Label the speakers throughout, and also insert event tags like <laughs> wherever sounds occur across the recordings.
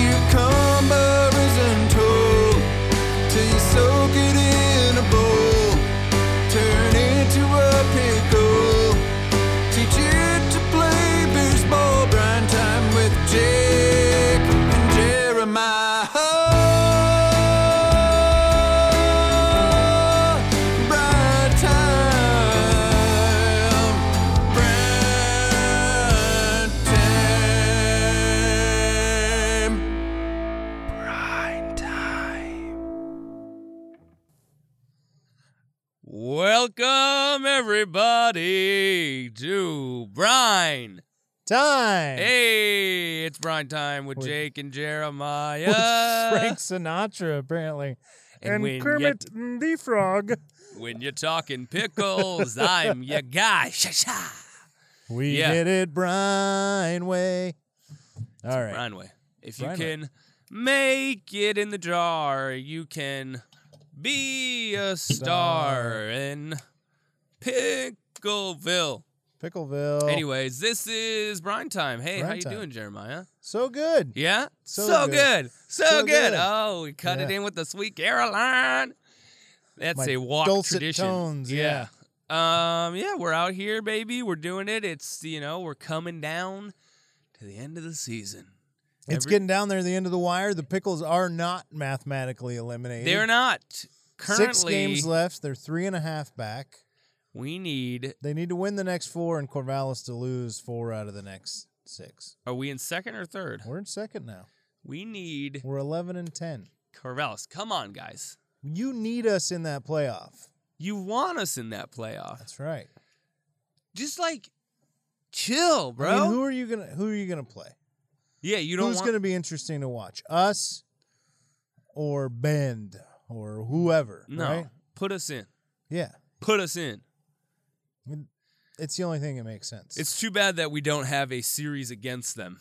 Speaker 1: cucumber isn't told till you soak it in a bowl, turn it to a pickle, teach it to play baseball, brine time with Jake and Jeremiah. Brine time, brine time.
Speaker 2: Welcome, everybody, to Brine.
Speaker 3: Time.
Speaker 2: Hey, it's Brine time with
Speaker 3: With-
Speaker 2: Jake and Jeremiah.
Speaker 3: <laughs> With Frank Sinatra, apparently.
Speaker 2: uh, And
Speaker 3: And,
Speaker 2: when you-
Speaker 3: Kermit the Frog.
Speaker 2: <laughs> When you're talking pickles, I'm your guy. Sha sha.
Speaker 3: We
Speaker 2: Yeah.
Speaker 3: did it Brian way. All right.
Speaker 2: Brine way. If you
Speaker 3: Brine way.
Speaker 2: can make it in the jar, you can be a star in Pickleville.
Speaker 3: Pickleville.
Speaker 2: Anyways, this is Brine time. Hey, how
Speaker 3: Brine
Speaker 2: you
Speaker 3: Oh. time.
Speaker 2: doing, Jeremiah?
Speaker 3: So good.
Speaker 2: Yeah?
Speaker 3: So
Speaker 2: good.
Speaker 3: good.
Speaker 2: So,
Speaker 3: So
Speaker 2: good.
Speaker 3: good.
Speaker 2: Oh, we cut it
Speaker 3: Yeah.
Speaker 2: in with the sweet Caroline. That's
Speaker 3: My
Speaker 2: a walk
Speaker 3: dulcet
Speaker 2: tradition.
Speaker 3: tones, yeah.
Speaker 2: Um, yeah, we're out here, baby. We're doing it. It's you know, we're coming down to the end of the season.
Speaker 3: It's
Speaker 2: Every-
Speaker 3: getting down there at the end of the wire. The pickles are not mathematically eliminated.
Speaker 2: They're not currently
Speaker 3: Six games left. They're three and a half back.
Speaker 2: we need
Speaker 3: They need to win the next four and Corvallis to lose four out of the next six.
Speaker 2: are we in second or third?
Speaker 3: We're in second now.
Speaker 2: We need
Speaker 3: We're 11 and 10.
Speaker 2: Corvallis. Come on, guys.
Speaker 3: You need us in that playoff.
Speaker 2: You want us in that playoff.
Speaker 3: That's right.
Speaker 2: Just like chill, bro.
Speaker 3: I mean, who are you gonna Who are you gonna play?
Speaker 2: yeah, you don't
Speaker 3: Who's
Speaker 2: want
Speaker 3: gonna be interesting to watch? Us or Bend or whoever?
Speaker 2: No.
Speaker 3: Right?
Speaker 2: Put us in.
Speaker 3: Yeah.
Speaker 2: Put us in.
Speaker 3: It's the only thing that makes sense.
Speaker 2: It's too bad that we don't have a series against them.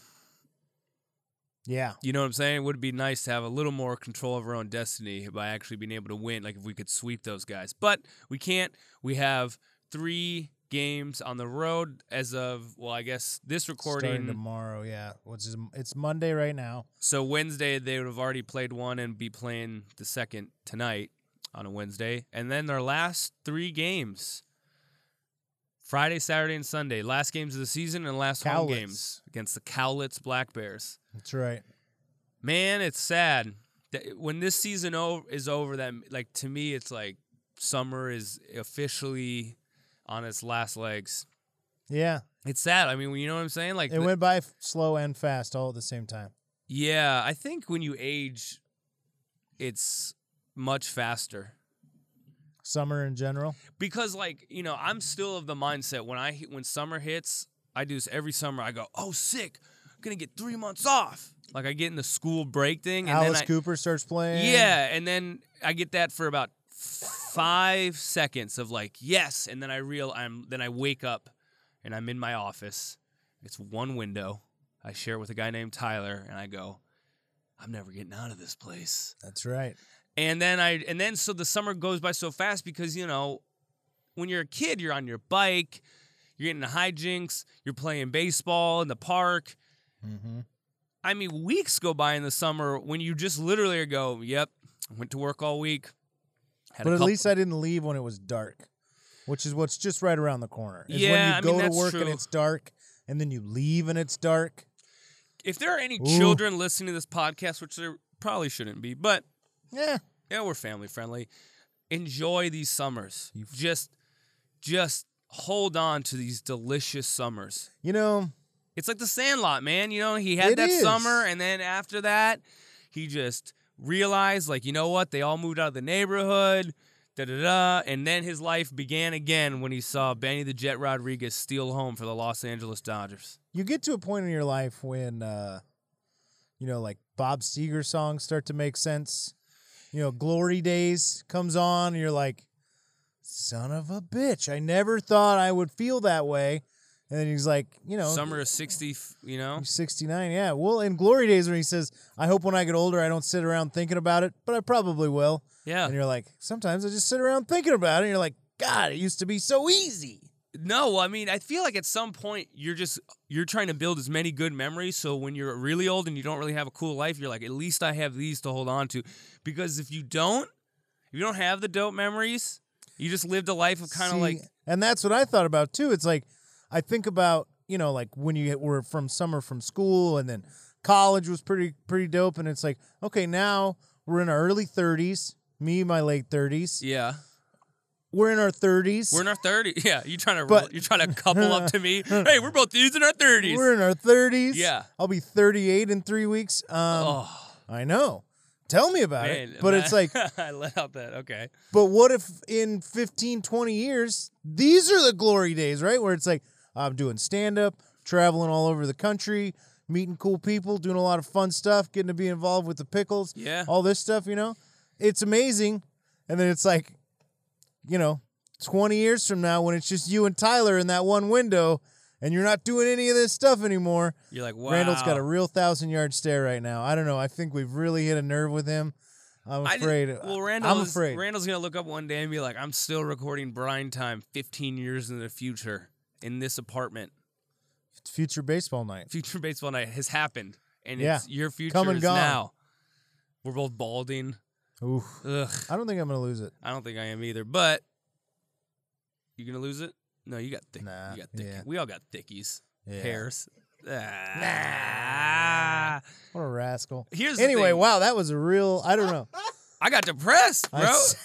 Speaker 3: yeah.
Speaker 2: You know what I'm saying? It would be nice to have a little more control of our own destiny by actually being able to win, like if we could sweep those guys. But we can't. We have three games on the road as of, well, I guess this
Speaker 3: Starting
Speaker 2: recording.
Speaker 3: tomorrow. Yeah. Which is it's Monday right now.
Speaker 2: So Wednesday, they would have already played one and be playing the second tonight on a Wednesday. And then their last three games Friday, Saturday, and Sunday. Last games of the season and last home
Speaker 3: Cowlitz.
Speaker 2: games against the Cowlitz Black Bears.
Speaker 3: That's right.
Speaker 2: Man, it's sad that when this season o- is over. That like to me, it's like summer is officially on its last legs.
Speaker 3: Yeah.
Speaker 2: It's sad. I mean, you know what I'm saying? Like,
Speaker 3: It
Speaker 2: the-
Speaker 3: went by f- slow and fast all at the same time.
Speaker 2: yeah, I think when you age, it's much faster.
Speaker 3: Summer in general.
Speaker 2: because like you know i'm still of the mindset when i hit- when summer hits i do this every summer i go oh sick i'm gonna get three months off like i get in the school break thing and
Speaker 3: Alice
Speaker 2: then I,
Speaker 3: Cooper starts playing.
Speaker 2: yeah and then i get that for about five seconds of like yes and then i real i'm then i wake up and i'm in my office it's one window i share it with a guy named tyler and i go i'm never getting out of this place
Speaker 3: That's right.
Speaker 2: and then I and then so the summer goes by so fast because you know when you're a kid you're on your bike, you're getting the hijinks, you're playing baseball in the park.
Speaker 3: Mm-hmm.
Speaker 2: I mean, weeks go by in the summer when you just literally go, "Yep, went to work all week." Had a
Speaker 3: But at
Speaker 2: couple-
Speaker 3: least I didn't leave when it was dark, which is what's just right around the corner. Is
Speaker 2: Yeah, I mean,
Speaker 3: when you go
Speaker 2: that's
Speaker 3: to work
Speaker 2: true.
Speaker 3: and it's dark, and then you leave and it's dark.
Speaker 2: if there are any
Speaker 3: Ooh.
Speaker 2: children listening to this podcast, which there probably shouldn't be, but
Speaker 3: Yeah,
Speaker 2: yeah, we're family friendly. Enjoy these summers.
Speaker 3: You've-
Speaker 2: just just hold on to these delicious summers.
Speaker 3: you know,
Speaker 2: It's like the Sandlot, man. You know, he had
Speaker 3: It
Speaker 2: that
Speaker 3: is.
Speaker 2: summer, and then after that, he just realized, like, you know what? They all moved out of the neighborhood, da da da. And then his life began again when he saw Benny the Jet Rodriguez steal home for the Los Angeles Dodgers.
Speaker 3: you get to a point in your life when, uh, you know, like Bob Seger songs start to make sense. You know, Glory Days comes on, and you're like, "Son of a bitch! I never thought I would feel that way." And then he's like, "You know,
Speaker 2: Summer of 60, f- you know?
Speaker 3: I'm 69, yeah. Well, in Glory Days, when he says, I hope when I get older, I don't sit around thinking about it, but I probably will.
Speaker 2: Yeah.
Speaker 3: And you're like, sometimes I just sit around thinking about it. And you're like, God, it used to be so easy.
Speaker 2: No, I mean, I feel like at some point you're just you're trying to build as many good memories. So when you're really old and you don't really have a cool life, you're like, at least I have these to hold on to. Because if you don't, if you don't have the dope memories, you just lived a life of kind of
Speaker 3: See,
Speaker 2: like
Speaker 3: and that's what I thought about too. It's like I think about you know like when you were from summer from school and then college was pretty pretty dope, and it's like okay now we're in our early thirties. Me, my late thirties.
Speaker 2: yeah.
Speaker 3: We're in our thirties.
Speaker 2: We're in our thirties. <laughs> Yeah, you trying to
Speaker 3: But-
Speaker 2: you're trying to couple up to
Speaker 3: <laughs>
Speaker 2: me. Hey, we're both dudes in our thirties.
Speaker 3: We're in our thirties.
Speaker 2: Yeah.
Speaker 3: I'll be thirty-eight in three weeks. Um,
Speaker 2: Oh
Speaker 3: I know. Tell me about
Speaker 2: man,
Speaker 3: it. But it's like,
Speaker 2: <laughs> I let out that okay.
Speaker 3: but what if in 15, 20 years, these are the glory days, right? Where it's like, I'm doing stand up, traveling all over the country, meeting cool people, doing a lot of fun stuff, getting to be involved with the pickles,
Speaker 2: Yeah.
Speaker 3: all this stuff, you know? It's amazing. And then it's like, you know, 20 years from now when it's just you and Tyler in that one window and you're not doing any of this stuff anymore.
Speaker 2: You're like wow.
Speaker 3: Randall's got a real thousand yard stare right now. I don't know. I think we've really hit a nerve with him. I'm
Speaker 2: I didn't-
Speaker 3: afraid.
Speaker 2: well, Randall
Speaker 3: I'm
Speaker 2: is-
Speaker 3: afraid.
Speaker 2: Randall's gonna look up one day and be like, "I'm still recording Brine Time 15 years in the future in this apartment. <laughs>
Speaker 3: Future baseball night.
Speaker 2: Future baseball night has happened, and
Speaker 3: Yeah.
Speaker 2: it's your future
Speaker 3: Come and
Speaker 2: is
Speaker 3: gone.
Speaker 2: now. We're both balding.
Speaker 3: Oof.
Speaker 2: Ugh,
Speaker 3: I don't think I'm gonna lose it.
Speaker 2: I don't think I am either. But you gonna lose it? No, you got thick.
Speaker 3: Nah,
Speaker 2: you got thick.
Speaker 3: yeah.
Speaker 2: We all got thickies.
Speaker 3: Yeah.
Speaker 2: Hairs. Ah.
Speaker 3: What a rascal.
Speaker 2: Here's the
Speaker 3: Anyway,
Speaker 2: thing.
Speaker 3: wow, that was a real. I don't know.
Speaker 2: <laughs> I got depressed, bro.
Speaker 3: I s-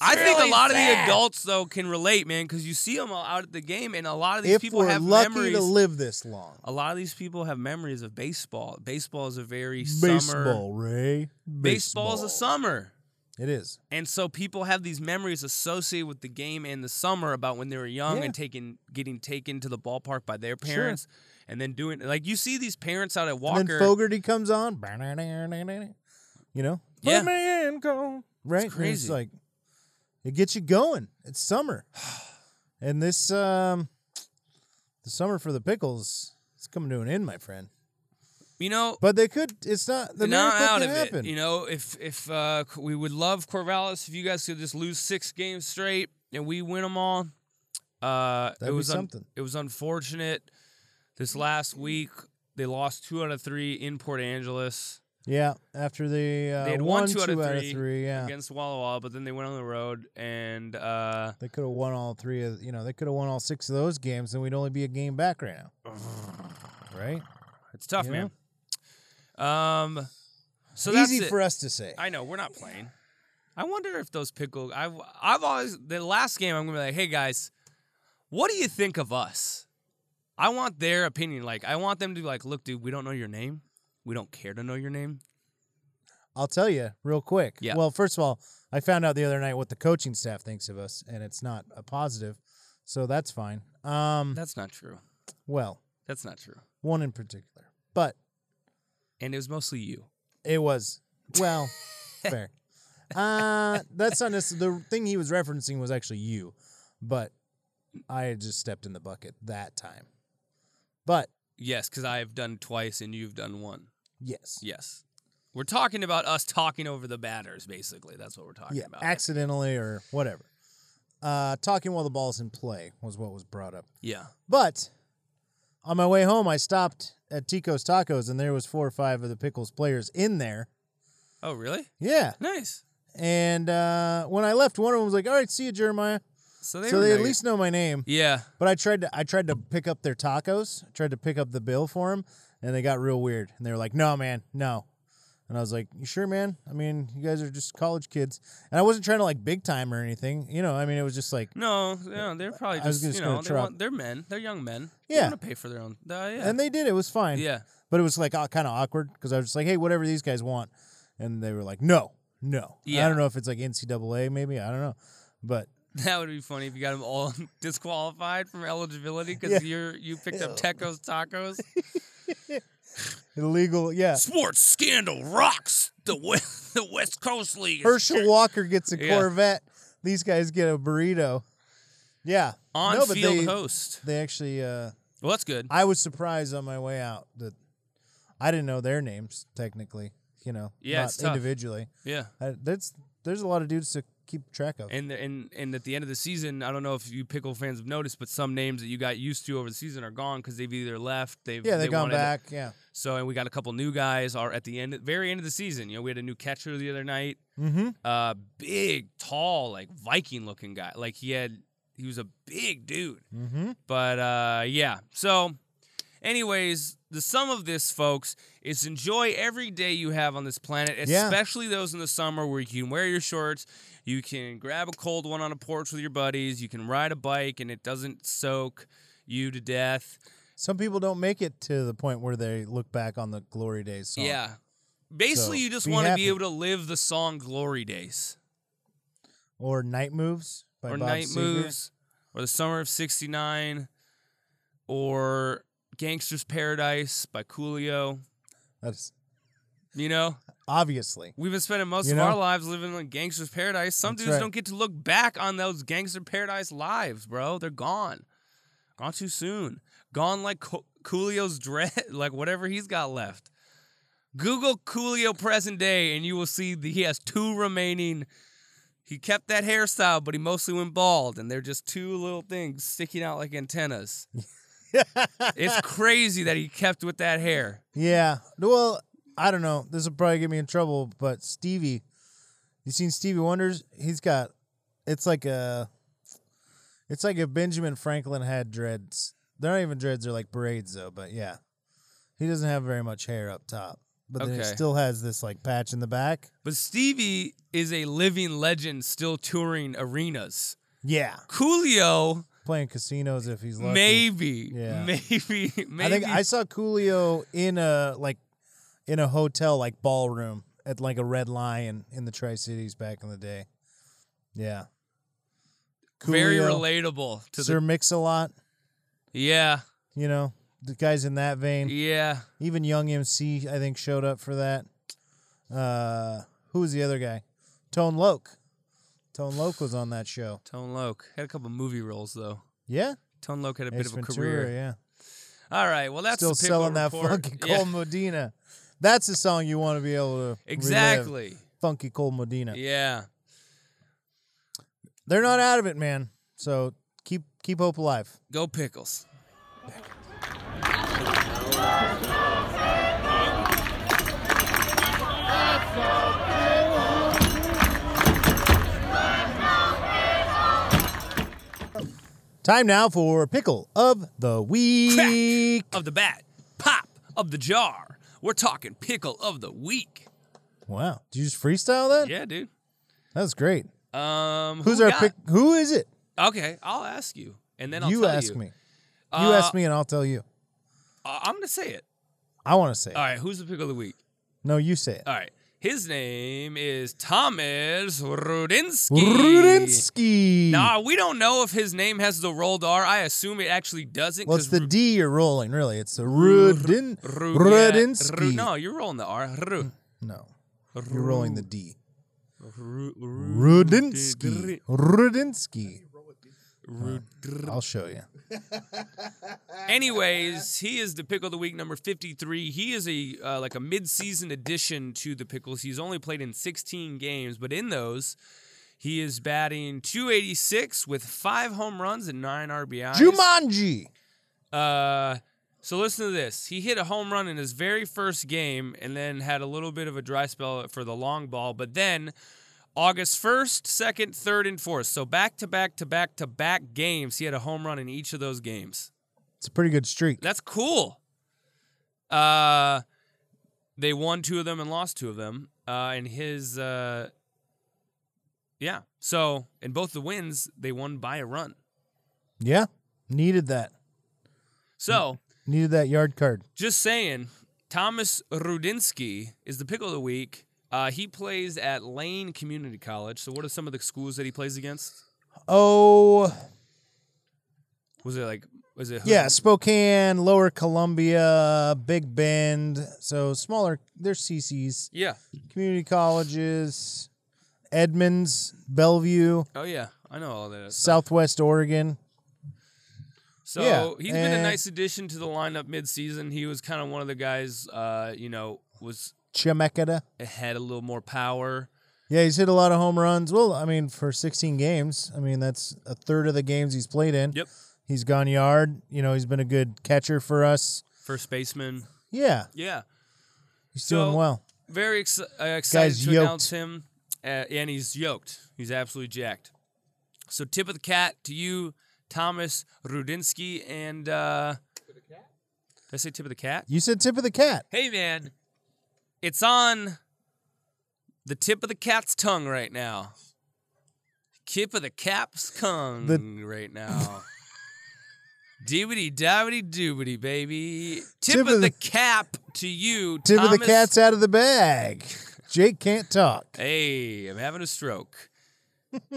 Speaker 2: I think a
Speaker 3: really
Speaker 2: lot of the
Speaker 3: sad.
Speaker 2: adults though can relate, man, because you see them out at the game, and a lot of these
Speaker 3: if
Speaker 2: people
Speaker 3: we're
Speaker 2: have
Speaker 3: lucky
Speaker 2: memories.
Speaker 3: to live this long,
Speaker 2: a lot of these people have memories of baseball. Baseball is a very summer.
Speaker 3: baseball, Ray.
Speaker 2: Baseball is a summer,
Speaker 3: It is.
Speaker 2: and so people have these memories associated with the game and the summer about when they were young
Speaker 3: Yeah.
Speaker 2: and taking getting taken to the ballpark by their
Speaker 3: Sure.
Speaker 2: parents, and then doing like you see these parents out at Walker.
Speaker 3: And then Fogarty comes on. You know.
Speaker 2: Yeah.
Speaker 3: Let me in, go. Right. And
Speaker 2: crazy.
Speaker 3: like it gets you going.
Speaker 2: <sighs>
Speaker 3: It's summer, and this um, the summer for the pickles is coming to an end, my friend.
Speaker 2: you know,
Speaker 3: But they could. It's not the
Speaker 2: not
Speaker 3: miracle
Speaker 2: out
Speaker 3: can
Speaker 2: of
Speaker 3: happen.
Speaker 2: it. You know, if if uh, c- we would love Corvallis if you guys could just lose six games straight and we win them all. Uh, it
Speaker 3: That'd be
Speaker 2: was un-
Speaker 3: something.
Speaker 2: it was unfortunate. This last week they lost two out of three in Port Angeles
Speaker 3: Yeah. After the uh,
Speaker 2: They had
Speaker 3: one,
Speaker 2: won two out of three
Speaker 3: Yeah.
Speaker 2: against Walla Walla, but then they went on the road and uh,
Speaker 3: They could have won all three of you know they could have won all six of those games, and we'd only be a game back right now. Right.
Speaker 2: it's tough,
Speaker 3: Yeah.
Speaker 2: man. Um, so
Speaker 3: Easy
Speaker 2: that's it.
Speaker 3: for us to say.
Speaker 2: I know we're not playing. I wonder if those pickle. I I've always the last game. I'm gonna be like, hey guys, what do you think of us? I want their opinion. Like I want them to be like, look, dude, we don't know your name. We don't care to know your name.
Speaker 3: I'll tell you real quick.
Speaker 2: Yeah.
Speaker 3: Well, first of all, I found out the other night what the coaching staff thinks of us, and it's not a positive, so that's fine. Um,
Speaker 2: That's not true.
Speaker 3: well,
Speaker 2: That's not true.
Speaker 3: one in particular, but
Speaker 2: And it was mostly you.
Speaker 3: it was
Speaker 2: <laughs>
Speaker 3: well, fair. Uh, that's not necessarily the thing he was referencing was actually you, but I had just stepped in the bucket that time. But
Speaker 2: Yes, because I've done twice and you've done one.
Speaker 3: yes,
Speaker 2: Yes. We're talking about us talking over the batters, basically. That's what we're talking
Speaker 3: yeah,
Speaker 2: about.
Speaker 3: accidentally or whatever. Uh, talking while the ball's in play was what was brought up.
Speaker 2: yeah.
Speaker 3: But on my way home, I stopped at Tico's Tacos, and there was four or five of the Pickles players in there.
Speaker 2: Oh, really?
Speaker 3: Yeah,
Speaker 2: Nice.
Speaker 3: and uh, when I left, one of them was like, "All right, see you, Jeremiah."
Speaker 2: So they,
Speaker 3: so
Speaker 2: were
Speaker 3: they at
Speaker 2: nice.
Speaker 3: least know my name.
Speaker 2: Yeah.
Speaker 3: But I tried to I tried to pick up their tacos, tried to pick up the bill for them, and they got real weird. And they were like, "No, man, no." And I was like, "You sure, man? I mean, you guys are just college kids." And I wasn't trying to like big time or anything, you know. I mean, it was just like,
Speaker 2: No, no, they're probably
Speaker 3: I was
Speaker 2: just,
Speaker 3: just
Speaker 2: you
Speaker 3: gonna
Speaker 2: know they
Speaker 3: try-
Speaker 2: want, they're men, they're young men.
Speaker 3: Yeah.
Speaker 2: they want to pay for their own. Uh, yeah,
Speaker 3: and they did. It was fine.
Speaker 2: yeah, <laughs>
Speaker 3: But it was like kind of awkward because I was just like, "Hey, whatever these guys want," and they were like, "No, no."
Speaker 2: Yeah.
Speaker 3: I don't know if it's like NCAA, maybe I don't know, but
Speaker 2: that would be funny if you got them all <laughs> disqualified from eligibility because
Speaker 3: Yeah.
Speaker 2: you're you picked up Tecos Tacos.
Speaker 3: illegal. <laughs> Yeah,
Speaker 2: Sports scandal rocks the West, <laughs> the West Coast League. is
Speaker 3: <laughs> Herschel
Speaker 2: shit.
Speaker 3: Walker gets a
Speaker 2: Yeah.
Speaker 3: Corvette. These guys get a burrito. Yeah,
Speaker 2: on
Speaker 3: no, but
Speaker 2: field
Speaker 3: they,
Speaker 2: host.
Speaker 3: They actually. Uh,
Speaker 2: Well, that's good.
Speaker 3: I was surprised on my way out that I didn't know their names technically. You know,
Speaker 2: Yeah,
Speaker 3: not
Speaker 2: it's tough.
Speaker 3: individually.
Speaker 2: yeah,
Speaker 3: I, that's there's a lot of dudes that keep track of.
Speaker 2: And the, and and at the end of the season, I don't know if you pickle fans have noticed, but some names that you got used to over the season are gone because they've either left, they've
Speaker 3: yeah, they've gone
Speaker 2: wanted to-
Speaker 3: back. Yeah.
Speaker 2: So and we got a couple new guys are at the end, very end of the season. You know, we had a new catcher the other night,
Speaker 3: Mm-hmm.
Speaker 2: uh, big, tall, like Viking looking guy. Like he had, he was a big dude.
Speaker 3: Mm-hmm.
Speaker 2: But uh, yeah, so, anyways, the sum of this, folks, is enjoy every day you have on this planet,
Speaker 3: Yeah.
Speaker 2: especially those in the summer where you can wear your shorts, you can grab a cold one on a porch with your buddies, you can ride a bike and it doesn't soak you to death.
Speaker 3: Some people don't make it to the point where they look back on the glory days song.
Speaker 2: Yeah. Basically,
Speaker 3: So,
Speaker 2: you just
Speaker 3: be
Speaker 2: want to
Speaker 3: happy.
Speaker 2: be able to live the song Glory Days
Speaker 3: Or night moves by
Speaker 2: or
Speaker 3: Bob
Speaker 2: Night
Speaker 3: Seger.
Speaker 2: Moves or The Summer of 69 or Gangster's Paradise by Coolio.
Speaker 3: That's
Speaker 2: You know?
Speaker 3: obviously. <laughs>
Speaker 2: We've been spending most
Speaker 3: You
Speaker 2: of
Speaker 3: know?
Speaker 2: our lives living in gangster's paradise. Some
Speaker 3: That's
Speaker 2: dudes
Speaker 3: right.
Speaker 2: don't get to look back on those gangster paradise lives, bro. They're gone. Gone too soon. Gone like Co- Coolio's dread, <laughs> like whatever he's got left. Google Coolio present day and you will see that he has two remaining. He kept that hairstyle, but he mostly went bald, and they're just two little things sticking out like
Speaker 3: <laughs>
Speaker 2: antennas. It's crazy that he kept with that hair.
Speaker 3: Yeah. Well, I don't know. This will probably get me in trouble, but Stevie, you seen Stevie Wonder's? He's got, it's like a, it's like if Benjamin Franklin had dreads. They're not even dreads; they're like braids, though. But yeah, he doesn't have very much hair up top, but then he
Speaker 2: Okay.
Speaker 3: still has this like patch in the back.
Speaker 2: But Stevie is a living legend still touring arenas.
Speaker 3: Yeah,
Speaker 2: Coolio,
Speaker 3: playing casinos if he's lucky.
Speaker 2: maybe.
Speaker 3: Yeah.
Speaker 2: Maybe. <laughs> Maybe.
Speaker 3: I think I saw Coolio in a like in a hotel like ballroom at like a Red Lion in the Tri Cities back in the day. Yeah,
Speaker 2: Very
Speaker 3: Coolio,
Speaker 2: relatable to
Speaker 3: Sir Mix a Lot,
Speaker 2: the. Yeah.
Speaker 3: you know the guys in that vein.
Speaker 2: Yeah.
Speaker 3: Even Young MC I think showed up for that. Uh, who was the other guy? Tone Loc. Tone Loc was on that show.
Speaker 2: Tone Loc had a couple movie roles, though.
Speaker 3: Yeah,
Speaker 2: Tone Loc had a
Speaker 3: Ace
Speaker 2: bit of a
Speaker 3: Ventura,
Speaker 2: career.
Speaker 3: Yeah,
Speaker 2: All right. Well, that's
Speaker 3: still
Speaker 2: the Pickle
Speaker 3: selling that
Speaker 2: Report.
Speaker 3: funky
Speaker 2: Yeah,
Speaker 3: Cold Medina. That's the song you want to be able to relive.
Speaker 2: Exactly.
Speaker 3: Funky Cold Medina.
Speaker 2: Yeah.
Speaker 3: They're not out of it, man. So keep keep hope alive.
Speaker 2: Go Pickles.
Speaker 3: Time now for pickle of the week.
Speaker 2: Of the bat. Pop of the jar. We're talking pickle of the week.
Speaker 3: Wow, did you just freestyle that?
Speaker 2: Yeah, dude.
Speaker 3: That was great.
Speaker 2: Um,
Speaker 3: Who's
Speaker 2: who we
Speaker 3: our
Speaker 2: got?
Speaker 3: pick? Who is it?
Speaker 2: Okay, I'll ask you, and then I'll
Speaker 3: you
Speaker 2: tell
Speaker 3: ask
Speaker 2: you.
Speaker 3: me. You
Speaker 2: Uh,
Speaker 3: ask me, and I'll tell you.
Speaker 2: I- I'm gonna say it.
Speaker 3: I want to say. it.
Speaker 2: All right, who's the pick of the week?
Speaker 3: No, you say it.
Speaker 2: All right, his name is Thomas Rudinsky.
Speaker 3: Rudinsky.
Speaker 2: Nah, we don't know if his name has the rolled R. I assume it actually doesn't.
Speaker 3: Well, it's
Speaker 2: 'cause
Speaker 3: the
Speaker 2: Ru-
Speaker 3: D you're rolling. Really, it's the Rudin
Speaker 2: Ru- yeah,
Speaker 3: Rudinsky.
Speaker 2: Ru- no, you're rolling the R. Ru-
Speaker 3: no, you're rolling the D. Mm.
Speaker 2: Ru- Ru-
Speaker 3: Rudinsky. Rudinsky.
Speaker 2: Ru-
Speaker 3: I'll show you.
Speaker 2: Anyways, he is the pickle of the week number 53. He is a uh, like a midseason addition to the pickles. He's only played in 16 games, but in those, he is batting 286 with 5 home runs and 9 RBIs.
Speaker 3: Jumanji.
Speaker 2: Uh, so listen to this. He hit a home run in his very first game and then had a little bit of a dry spell for the long ball, but then August 1st, 2nd, 3rd, and 4th. So back to back to back to back games, he had a home run in each of those games.
Speaker 3: It's a pretty good streak.
Speaker 2: That's cool. Uh, they won two of them and lost two of them. Uh, and his, uh, yeah. So in both the wins, they won by a run.
Speaker 3: Yeah, needed that.
Speaker 2: So
Speaker 3: Needed that yard card.
Speaker 2: just saying, Thomas Rudinsky is the pickle of the week. Uh, he plays at Lane Community College. So what are some of the schools that he plays against?
Speaker 3: Oh,
Speaker 2: Was it like, was it? Hood-
Speaker 3: yeah, Spokane, Lower Columbia, Big Bend. So smaller, they're CCs,
Speaker 2: Yeah.
Speaker 3: community colleges, Edmonds, Bellevue,
Speaker 2: Oh, yeah. I know all that.
Speaker 3: Southwest Oregon.
Speaker 2: So
Speaker 3: Yeah,
Speaker 2: he's been a
Speaker 3: and-
Speaker 2: nice addition to the lineup midseason. He was kind of one of the guys, uh, you know, was
Speaker 3: Chemeketa.
Speaker 2: had a little more power.
Speaker 3: Yeah, he's hit a lot of home runs. Well, I mean, for 16 games, I mean that's a third of the games he's played in.
Speaker 2: Yep.
Speaker 3: He's gone yard. You know, he's been a good catcher for us.
Speaker 2: First baseman.
Speaker 3: Yeah,
Speaker 2: Yeah.
Speaker 3: he's
Speaker 2: So-
Speaker 3: doing well.
Speaker 2: Very ex- uh, excited
Speaker 3: Guy's
Speaker 2: to
Speaker 3: yoked.
Speaker 2: announce him. Uh, and he's yoked. He's absolutely jacked. So tip of the cat to you, Thomas Rudinsky. And uh, did I say tip of the cat?
Speaker 3: You said tip of the cat.
Speaker 2: Hey, man. It's on the tip of the cat's tongue right now. Tip of the cap's tongue
Speaker 3: The-
Speaker 2: right
Speaker 3: <laughs>
Speaker 2: now. Doobity dobbity doobity, baby. Tip,
Speaker 3: Tip
Speaker 2: of,
Speaker 3: of
Speaker 2: the
Speaker 3: the-
Speaker 2: cap to you,
Speaker 3: Tip of the
Speaker 2: Thomas.
Speaker 3: cat's out of the bag. Jake can't talk.
Speaker 2: Hey, I'm having a
Speaker 3: <laughs>
Speaker 2: stroke.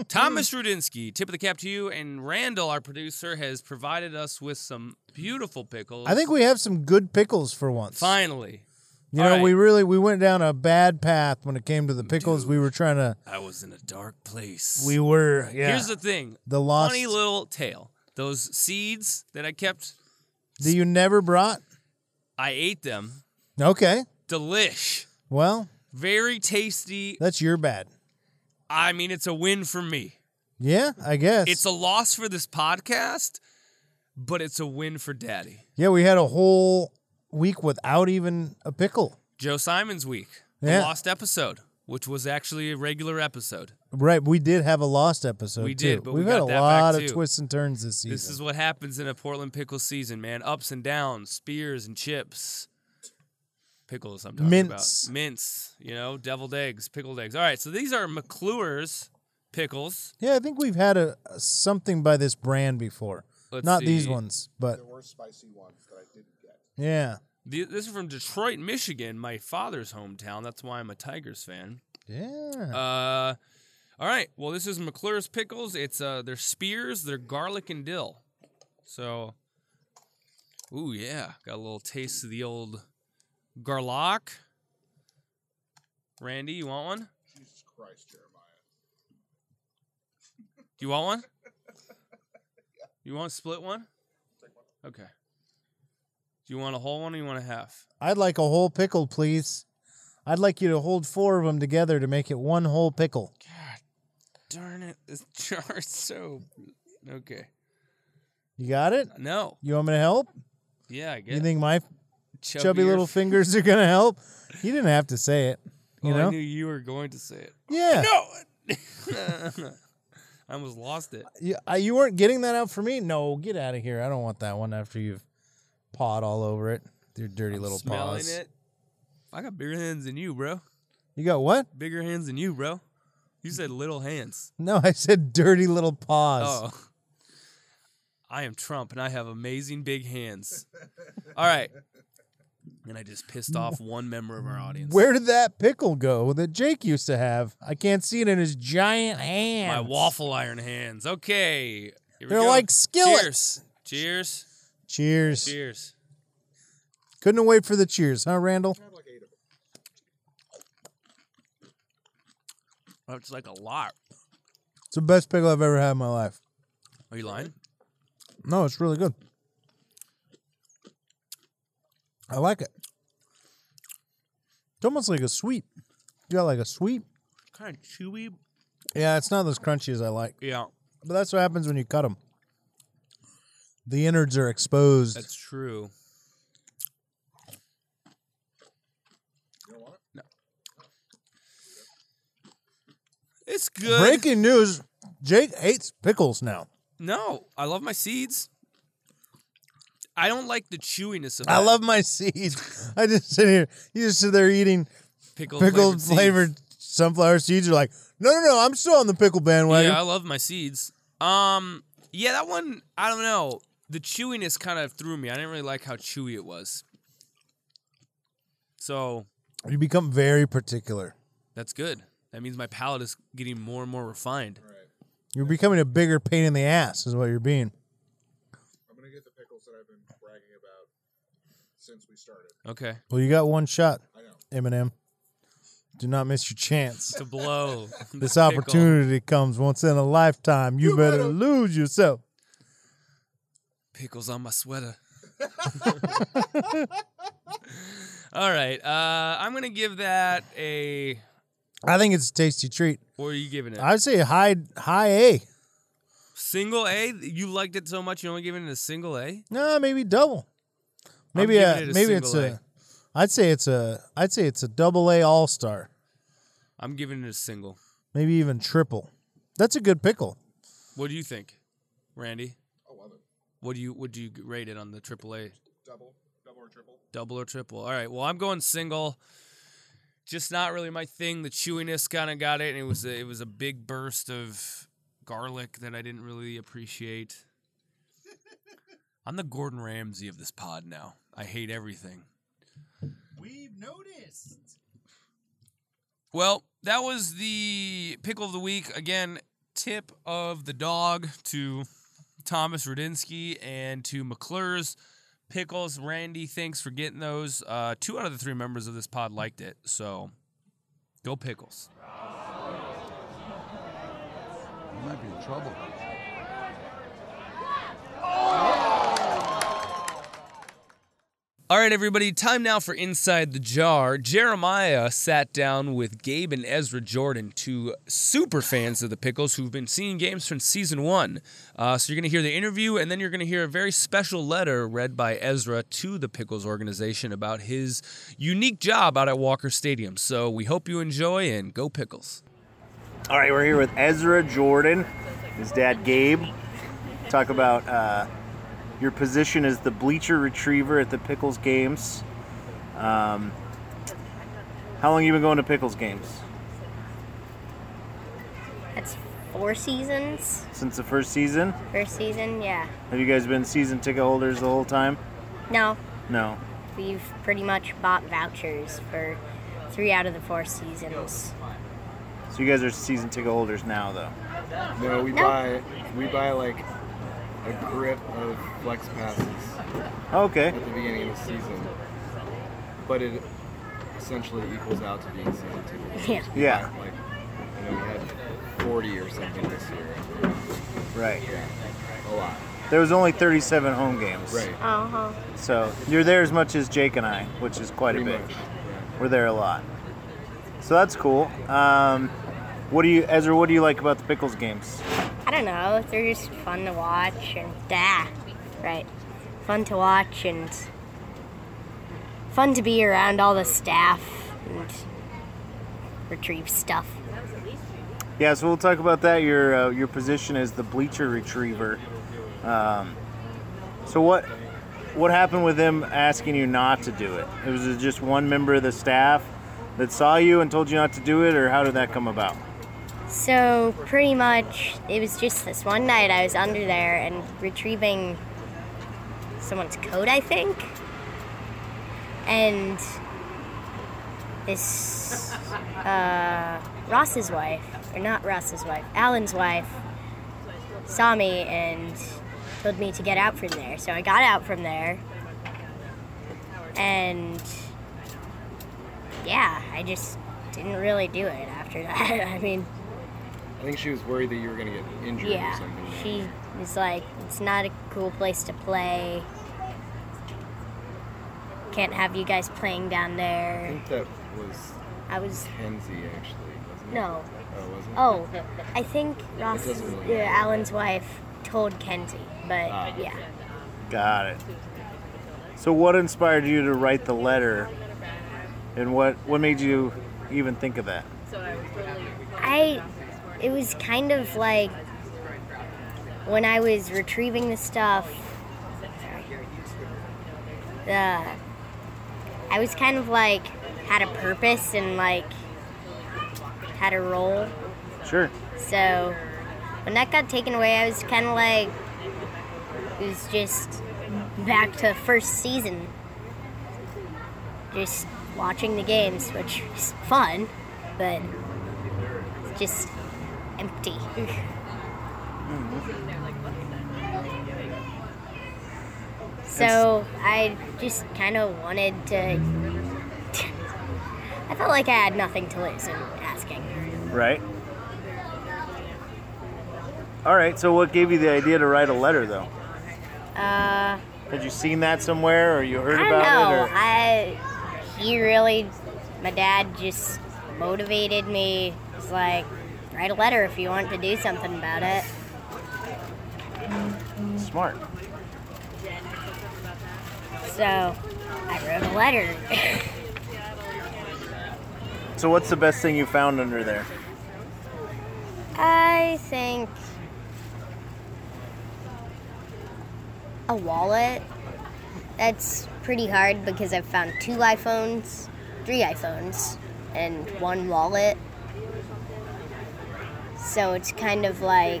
Speaker 2: Thomas Rudinsky, tip of the cap to you, and Randall, our producer, has provided us with some beautiful pickles.
Speaker 3: I think we have some good pickles for once.
Speaker 2: finally.
Speaker 3: You
Speaker 2: All
Speaker 3: know,
Speaker 2: right.
Speaker 3: we really we went down a bad path when it came to the pickles. We were trying to.
Speaker 2: I was in a dark place.
Speaker 3: We were. Yeah.
Speaker 2: Here's the thing.
Speaker 3: the lost
Speaker 2: funny little tale. Those seeds that I kept,
Speaker 3: that you never brought.
Speaker 2: I ate them.
Speaker 3: Okay.
Speaker 2: Delish.
Speaker 3: Well,
Speaker 2: Very tasty.
Speaker 3: that's your bad.
Speaker 2: I mean, it's a win for me.
Speaker 3: Yeah, I guess.
Speaker 2: It's a loss for this podcast, but it's a win for Daddy.
Speaker 3: yeah, we had a whole week without even a pickle.
Speaker 2: Joe Simon's week, the
Speaker 3: Yeah.
Speaker 2: lost episode, which was actually a regular episode.
Speaker 3: Right, we did have a lost episode.
Speaker 2: We
Speaker 3: too.
Speaker 2: did, but we
Speaker 3: we've
Speaker 2: got
Speaker 3: had a
Speaker 2: that back,
Speaker 3: lot of
Speaker 2: too.
Speaker 3: twists and turns this season.
Speaker 2: This is what happens in a Portland pickle season, man. Ups and downs, spears and chips. Pickles, I'm talking
Speaker 3: Mints.
Speaker 2: about. Mints, you know, deviled eggs, pickled eggs. All right, so these are McClure's pickles.
Speaker 3: yeah, I think we've had a, a something by this brand before.
Speaker 2: Let's
Speaker 3: Not these
Speaker 2: see.
Speaker 3: ones, but
Speaker 4: There were spicy ones that I didn't get.
Speaker 3: yeah.
Speaker 2: The- This is from Detroit, Michigan, my father's hometown. That's why I'm a Tigers fan.
Speaker 3: Yeah.
Speaker 2: Uh, all right. Well, this is McClure's pickles. It's uh, they're spears, they're garlic and dill. So, ooh yeah, got a little taste of the old garlock. Randy, you want one?
Speaker 4: Jesus Christ, Jeremiah.
Speaker 2: You want <laughs> one? You want a split one? Okay. Do you want a whole one or you want a half?
Speaker 3: I'd like a whole pickle, please. I'd like you to hold four of them together to make it one whole pickle.
Speaker 2: God darn it! This <laughs> jar is so okay.
Speaker 3: You got it?
Speaker 2: No.
Speaker 3: You want me to help?
Speaker 2: Yeah, I guess.
Speaker 3: You think my
Speaker 2: chubby, <laughs>
Speaker 3: chubby little fingers are gonna help? You didn't have to say it. You
Speaker 2: Well, Oh, I
Speaker 3: know?
Speaker 2: knew you were going to say it.
Speaker 3: Yeah.
Speaker 2: No. <laughs> I almost lost it.
Speaker 3: You, I, you weren't getting that out for me? No, get out of here. I don't want that one after you've pawed all over it. with Your dirty little
Speaker 2: Smelling
Speaker 3: paws.
Speaker 2: it. I got bigger hands than you, bro.
Speaker 3: You got what?
Speaker 2: Bigger hands than you, bro. You said little hands.
Speaker 3: No, <laughs> I said dirty little paws.
Speaker 2: Oh. I am Trump and I have amazing big hands. All right. And I just pissed off one member of our audience.
Speaker 3: Where did that pickle go that Jake used to have? I can't see it in his giant
Speaker 2: My
Speaker 3: hands.
Speaker 2: waffle iron hands. Okay. Here we
Speaker 3: They're
Speaker 2: go.
Speaker 3: like
Speaker 2: Cheers.
Speaker 3: skillets.
Speaker 2: Cheers.
Speaker 3: Cheers.
Speaker 2: Cheers.
Speaker 3: Couldn't wait for the cheers, huh, Randall?
Speaker 4: I had like eight of them.
Speaker 2: That's like a lot.
Speaker 3: It's the best pickle I've ever had in my life.
Speaker 2: Are you lying?
Speaker 3: No, it's really good. I like it. It's almost like a sweet. You got like a sweet.
Speaker 2: Kind of chewy.
Speaker 3: Yeah, it's not as crunchy as I like,
Speaker 2: Yeah.
Speaker 3: but that's what happens when you cut them. The innards are exposed.
Speaker 2: That's true.
Speaker 4: You don't want it?
Speaker 2: It's good.
Speaker 3: Breaking news: Jake hates pickles now.
Speaker 2: No, I love my seeds. I don't like the chewiness of.
Speaker 3: I
Speaker 2: that.
Speaker 3: love my seeds. I just sit here. You just sit there eating
Speaker 2: pickled,
Speaker 3: pickle
Speaker 2: seeds.
Speaker 3: flavored sunflower seeds. You're like, no, no, no. I'm still on the pickle bandwagon.
Speaker 2: Yeah, I love my seeds. Um, yeah, that one. I don't know. The chewiness kind of threw me. I didn't really like how chewy it was. So
Speaker 3: You become very particular.
Speaker 2: that's good. That means my palate is getting more and more refined.
Speaker 3: You're becoming a bigger pain in the ass, is what you're being.
Speaker 4: I'm going to get the pickles that I've been bragging about since we started.
Speaker 2: Okay,
Speaker 3: Well, you got one shot,
Speaker 4: I know.
Speaker 3: Eminem. Do not miss your chance.
Speaker 2: to blow
Speaker 3: This
Speaker 2: the pickle.
Speaker 3: opportunity comes once in a lifetime. You better lose yourself.
Speaker 2: Pickles on my sweater. <laughs> All right, uh, I'm gonna give that a.
Speaker 3: I think it's a tasty treat.
Speaker 2: Or are you giving it
Speaker 3: I'd say high high A.
Speaker 2: single A? You liked it so much, you're only giving it a single A.
Speaker 3: No, maybe double. Maybe
Speaker 2: giving
Speaker 3: a,
Speaker 2: it a
Speaker 3: maybe it's
Speaker 2: single
Speaker 3: a. I'd say it's a. I'd say it's a double A all star.
Speaker 2: I'm giving it a single.
Speaker 3: Maybe even triple. That's a good pickle.
Speaker 2: What do you think, Randy?
Speaker 4: I love it.
Speaker 2: What do you would you rate it on the AAA
Speaker 4: Double, double or triple.
Speaker 2: double or triple? All right. Well, I'm going single. Just not really my thing. The chewiness kind of got it, and it was a, it was a big burst of garlic that I didn't really appreciate. I'm the Gordon Ramsay of this pod now. I hate everything.
Speaker 5: We've noticed.
Speaker 2: Well, that was the pickle of the week. Again, tip of the dog to Thomas Rudinsky and to McClure's pickles. Randy, thanks for getting those. Uh, two out of the three members of this pod liked it, so go pickles.
Speaker 6: I might be in trouble.
Speaker 2: All right, everybody, time now for Inside the Jar. Jeremiah sat down with Gabe and Ezra Jordan, two super fans of the Pickles who've been seeing games from season one. Uh, so you're going to hear the interview, and then you're going to hear a very special letter read by Ezra to the Pickles organization about his unique job out at Walker Stadium. So we hope you enjoy and go Pickles.
Speaker 7: All right, we're here with Ezra Jordan, his dad Gabe. Talk about uh, your position as the bleacher retriever at the Pickles games. Um, how long you been going to Pickles games?
Speaker 8: That's four seasons.
Speaker 7: Since the first season?
Speaker 8: First season, yeah.
Speaker 7: Have you guys been season ticket holders the whole time?
Speaker 8: No,
Speaker 7: No.
Speaker 8: we've pretty much bought vouchers for three out of the four seasons.
Speaker 7: So you guys are season ticket holders now, though.
Speaker 9: No, we
Speaker 8: No.
Speaker 9: buy we buy like a grip of flex passes
Speaker 7: Okay.
Speaker 9: at the beginning of the season, but it essentially equals out to being season two.
Speaker 8: Yeah.
Speaker 7: Yeah.
Speaker 9: Like, I know we had 40 or something this year.
Speaker 7: Right.
Speaker 9: Yeah, a lot.
Speaker 7: There was only 37 home games.
Speaker 9: Right.
Speaker 8: Uh huh.
Speaker 7: So you're there as much as Jake and I, which is quite
Speaker 9: Pretty
Speaker 7: a bit.
Speaker 9: much.
Speaker 7: We're there a lot. So that's cool. Um, what do you, Ezra? What do you like about the Pickles games?
Speaker 8: I don't know. They're just fun to watch and da, right? Fun to watch and fun to be around all the staff and retrieve stuff.
Speaker 7: Yeah, so we'll talk about that. Your uh, your position as the bleacher retriever. Um, so what what happened with him asking you not to do it? It was just one member of the staff that saw you and told you not to do it, or how did that come about?
Speaker 8: So pretty much, it was just this one night I was under there and retrieving someone's coat, I think, and this uh, Ross's wife, or not Ross's wife, Alan's wife, saw me and told me to get out from there. So I got out from there, and yeah, I just didn't really do it after <laughs> that. I mean.
Speaker 9: I think she was worried that you were gonna get injured or
Speaker 8: Yeah,
Speaker 9: something.
Speaker 8: she was like, it's not a cool place to play. Can't have you guys playing down
Speaker 9: I
Speaker 8: there.
Speaker 9: think that was
Speaker 8: I was
Speaker 9: Kenzie actually. Wasn't
Speaker 8: no.
Speaker 9: It? Oh, wasn't it?
Speaker 8: Oh, I think Ross,
Speaker 9: doesn't really
Speaker 8: yeah, Alan's wife, told Kenzie, but
Speaker 9: Ah.
Speaker 8: yeah,
Speaker 7: Got it. So what inspired you to write the letter, and what what made you even think of that?
Speaker 8: I. It was kind of like when I was retrieving the stuff. Uh, I was kind of like had a purpose and like had a role.
Speaker 7: Sure.
Speaker 8: So when that got taken away, I was kind of like, it was just back to first season. Just watching the games, which is fun, but it's just
Speaker 7: <laughs>
Speaker 8: empty. So I just kind of wanted to. <laughs> I felt like I had nothing to lose in asking.
Speaker 7: Right. All right. So, what gave you the idea to write a letter, though?
Speaker 8: Uh,
Speaker 7: Had you seen that somewhere, or you heard
Speaker 8: I don't
Speaker 7: about
Speaker 8: know.
Speaker 7: it? Or...
Speaker 8: I he really, my dad just motivated me. It's like, write a letter if you want to do something about it.
Speaker 7: Smart.
Speaker 8: So I wrote a letter. <laughs>
Speaker 7: So what's the best thing you found under there?
Speaker 8: I think a wallet. That's pretty hard because I've found two iPhones, three iPhones, and one wallet. So it's kind of like.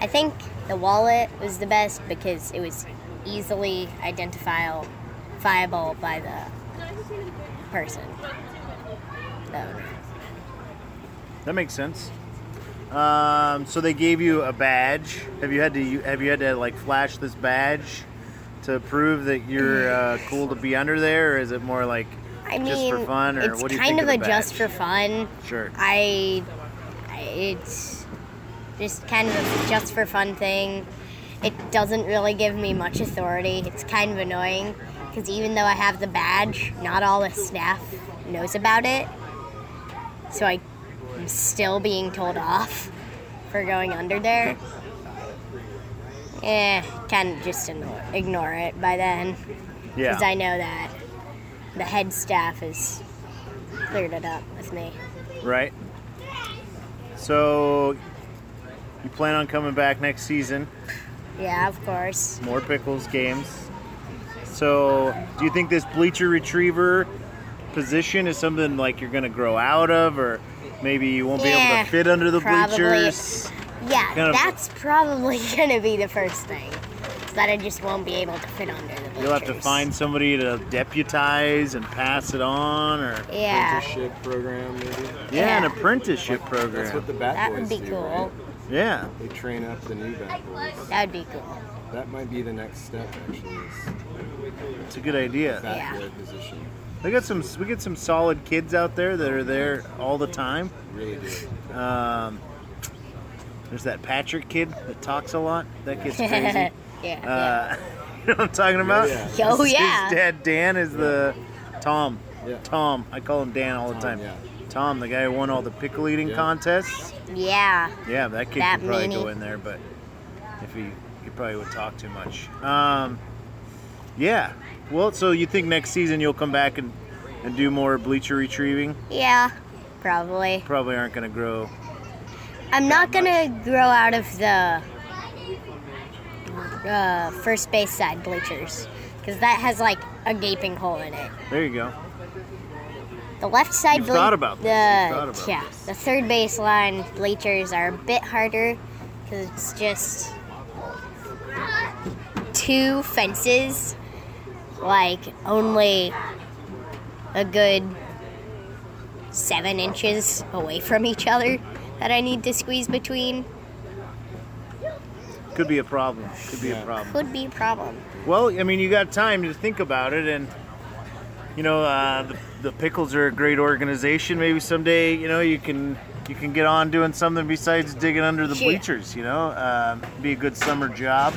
Speaker 8: I think the wallet was the best because it was easily identifiable by the person. So,
Speaker 7: That makes sense. Um, so they gave you a badge. Have you had to you- have you had to like flash this badge to prove that you're uh, cool to be under there, or is it more like
Speaker 8: I mean,
Speaker 7: just for fun, or
Speaker 8: it's
Speaker 7: what do you
Speaker 8: kind
Speaker 7: think
Speaker 8: of
Speaker 7: of
Speaker 8: a
Speaker 7: the
Speaker 8: just for
Speaker 7: badge?
Speaker 8: fun.
Speaker 7: Sure.
Speaker 8: I, I- it's just kind of a just for fun thing. It doesn't really give me much authority. It's kind of annoying because even though I have the badge, not all the staff knows about it. So I- I'm still being told off for going under there. Eh, kind of just igno- ignore it by then
Speaker 7: Yeah.
Speaker 8: because I know that the head staff has cleared it up with me.
Speaker 7: Right. So you plan on coming back next season?
Speaker 8: Yeah, of course.
Speaker 7: More pickles games. So do you think this bleacher retriever position is something like you're gonna grow out of, or maybe you won't be able
Speaker 8: Yeah,
Speaker 7: to fit under the
Speaker 8: probably.
Speaker 7: bleachers?
Speaker 8: Yeah,
Speaker 7: Kind of-
Speaker 8: that's probably <laughs> gonna be the first thing. Is that I just won't be able to fit under the bleachers.
Speaker 7: You'll have to find somebody to deputize and pass it on, or
Speaker 8: Yeah,
Speaker 9: Apprenticeship program, maybe.
Speaker 7: yeah, an
Speaker 8: Yeah.
Speaker 7: apprenticeship
Speaker 9: That's
Speaker 7: program.
Speaker 9: what the Bat
Speaker 8: That
Speaker 9: Boys
Speaker 8: would be
Speaker 9: do,
Speaker 8: cool.
Speaker 9: right?
Speaker 7: Yeah,
Speaker 9: They train up the new Bat Boys.
Speaker 8: that would be cool.
Speaker 9: That might be the next step, actually. Is
Speaker 7: it's a good idea.
Speaker 9: Bat
Speaker 8: Yeah.
Speaker 9: Boy position.
Speaker 7: We got some we get some solid kids out there that are there all the time.
Speaker 9: Really do. it.
Speaker 7: Um, there's that Patrick kid that talks a lot.
Speaker 8: <laughs>
Speaker 7: That kid's crazy.
Speaker 8: yeah.
Speaker 7: Uh, <laughs> you know what I'm talking about?
Speaker 9: Yeah,
Speaker 8: yeah. Oh
Speaker 7: His-
Speaker 8: yeah.
Speaker 7: His dad Dan is the Tom.
Speaker 9: Yeah.
Speaker 7: Tom. I call him Dan all the
Speaker 9: Tom,
Speaker 7: time.
Speaker 9: yeah.
Speaker 7: Tom, the guy who won all the pickle eating
Speaker 9: Yeah.
Speaker 7: contests.
Speaker 8: Yeah.
Speaker 7: Yeah, that kid
Speaker 8: That
Speaker 7: could probably go
Speaker 8: meanie.
Speaker 7: in there, but if he, he probably would talk too much. Um, yeah. Well, so you think next season you'll come back and, and do more bleacher retrieving?
Speaker 8: Yeah. Probably.
Speaker 7: Probably aren't going to grow.
Speaker 8: I'm not gonna grow out of the uh, first base side bleachers because that has like a gaping hole in it.
Speaker 7: There you go.
Speaker 8: The left side
Speaker 7: You've
Speaker 8: ble-
Speaker 7: thought about
Speaker 8: the
Speaker 7: this. You've thought about
Speaker 8: yeah,
Speaker 7: this.
Speaker 8: the third baseline bleachers are a bit harder because it's just two fences, like only a good seven inches away from each other that I need to squeeze between.
Speaker 7: Could be a problem. Could be a problem.
Speaker 8: Could be a problem.
Speaker 7: Well, I mean, you got time to think about it, and you know, uh, the, the Pickles are a great organization. Maybe someday, you know, you can you can get on doing something besides digging under the
Speaker 8: Sure.
Speaker 7: bleachers. You know, um, be a good summer job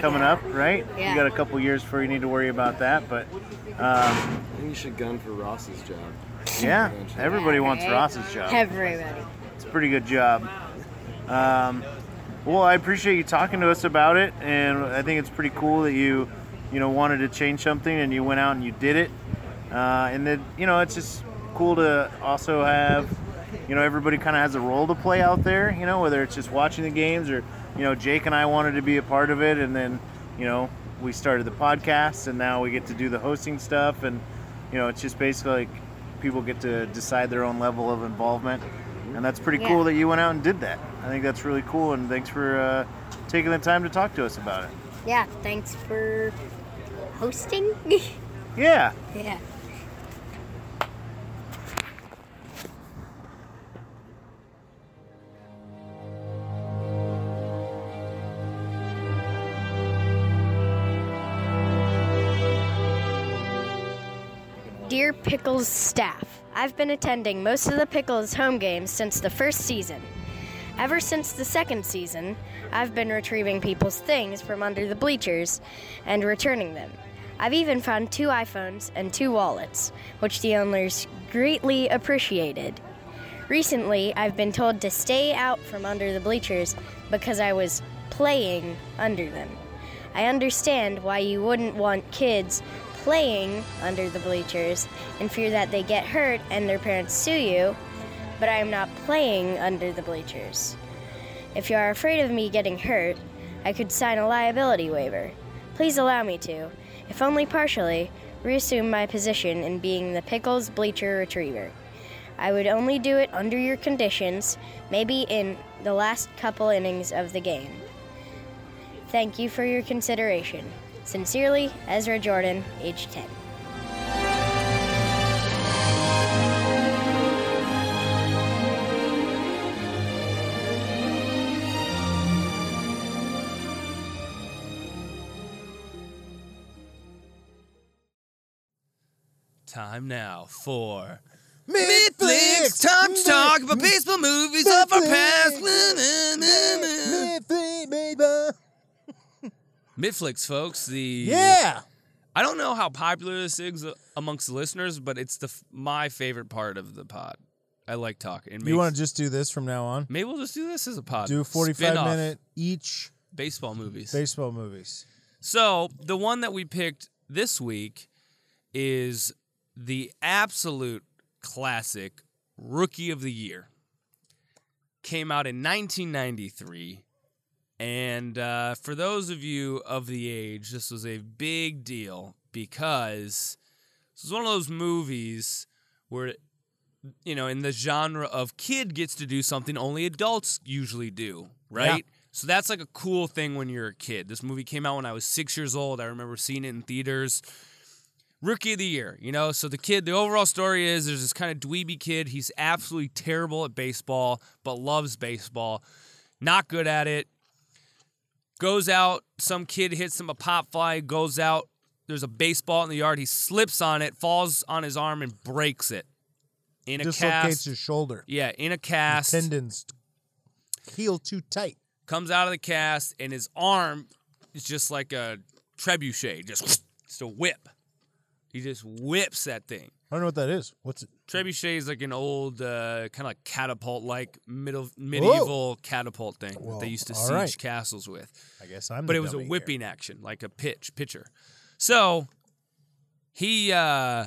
Speaker 7: coming
Speaker 8: Yeah.
Speaker 7: up, right?
Speaker 8: Yeah.
Speaker 7: You got a couple years before you need to worry about that, but um,
Speaker 9: I think you should gun for Ross's job.
Speaker 7: yeah, everybody wants
Speaker 8: Right?
Speaker 7: Ross's job.
Speaker 8: Everybody.
Speaker 7: It's a pretty good job. Um, well, I appreciate you talking to us about it, and I think it's pretty cool that you, you know, wanted to change something and you went out and you did it. Uh, and then, you know, it's just cool to also have, you know, everybody kind of has a role to play out there. You know, whether it's just watching the games or, you know, Jake and I wanted to be a part of it, and then, you know, we started the podcast, and now we get to do the hosting stuff, and, you know, it's just basically like people get to decide their own level of involvement. And that's pretty
Speaker 8: Yeah.
Speaker 7: cool that you went out and did that. I think that's really cool, and thanks for uh, taking the time to talk to us about it.
Speaker 8: Yeah. Thanks for hosting. <laughs>
Speaker 7: Yeah.
Speaker 8: yeah. Dear Pickles staff, I've been attending most of the Pickles home games since the first season. Ever since the second season, I've been retrieving people's things from under the bleachers and returning them. I've even found two iPhones and two wallets, which the owners greatly appreciated. Recently, I've been told to stay out from under the bleachers because I was playing under them. I understand why you wouldn't want kids playing under the bleachers and fear that they get hurt and their parents sue you, but I am not playing under the bleachers. If you are afraid of me getting hurt, I could sign a liability waiver. Please allow me to, if only partially, reassume my position in being the Pickles Bleacher Retriever. I would only do it under your conditions, maybe in the last couple innings of the game. Thank you for your consideration. Sincerely, Ezra Jordan, age 10.
Speaker 2: Time now for
Speaker 10: Midflix, time to talk about baseball movies of our past. Midflix, baby.
Speaker 2: Midflix, folks. The
Speaker 3: Yeah.
Speaker 2: I don't know how popular this is uh, amongst the listeners, but it's the f- my favorite part of the pod. I like talking. It
Speaker 3: You
Speaker 2: makes-
Speaker 3: want to just do this from now on?
Speaker 2: Maybe we'll just do this as a pod.
Speaker 3: Do a 45
Speaker 2: Spin-off.
Speaker 3: minute each
Speaker 2: baseball movies.
Speaker 3: baseball movies.
Speaker 2: So the one that we picked this week is the absolute classic rookie of the year. Came out in 1993. And uh, for those of you of the age, this was a big deal because this was one of those movies where, you know, in the genre of kid gets to do something only adults usually do, right? So that's like a cool thing when you're a kid. This movie came out when I was six years old. I remember seeing it in theaters. Rookie of the year, you know? So the kid, the overall story is there's this kind of dweeby kid. He's absolutely terrible at baseball, but loves baseball. Not good at it goes out. Some kid hits him a pop fly, goes out. There's a baseball in the yard. He slips on it, falls on his arm, and breaks it. In a
Speaker 3: Dislocates
Speaker 2: cast.
Speaker 3: his shoulder.
Speaker 2: Yeah, in a cast.
Speaker 3: Tendons heel too tight.
Speaker 2: Comes out of the cast, and his arm is just like a trebuchet, just, just a whip. He just whips that thing.
Speaker 3: I don't know what that is. What's it?
Speaker 2: Trebuchet is like an old, uh, kind of like catapult like middle medieval catapult thing
Speaker 3: Well,
Speaker 2: that they used to
Speaker 3: all
Speaker 2: siege
Speaker 3: right.
Speaker 2: castles with.
Speaker 3: I guess I'm.
Speaker 2: but
Speaker 3: the
Speaker 2: it was a
Speaker 3: dummy here.
Speaker 2: whipping action, like a pitch pitcher. So he, uh,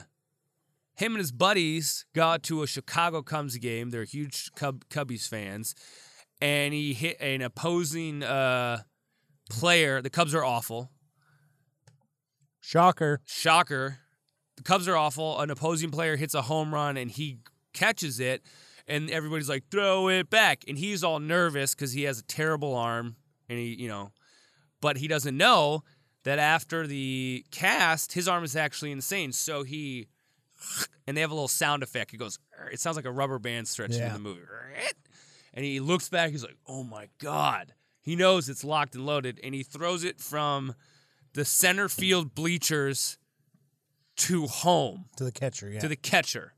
Speaker 2: him and his buddies got to a Chicago Cubs game. They're huge Cub, Cubbies fans, and he hit an opposing uh, player. The Cubs are awful.
Speaker 3: Shocker.
Speaker 2: Shocker. The Cubs are awful. An opposing player hits a home run and he catches it, and everybody's like, throw it back. And he's all nervous because he has a terrible arm and he, you know, but he doesn't know that after the cast, his arm is actually insane. So he, and they have a little sound effect. He goes, "Arr." it sounds like a rubber band stretching in
Speaker 3: Yeah.
Speaker 2: the movie. Arr-it. And he looks back, he's like, oh my God. He knows it's locked and loaded, and he throws it from the center field bleachers to home
Speaker 3: To the catcher. Yeah.
Speaker 2: to the catcher.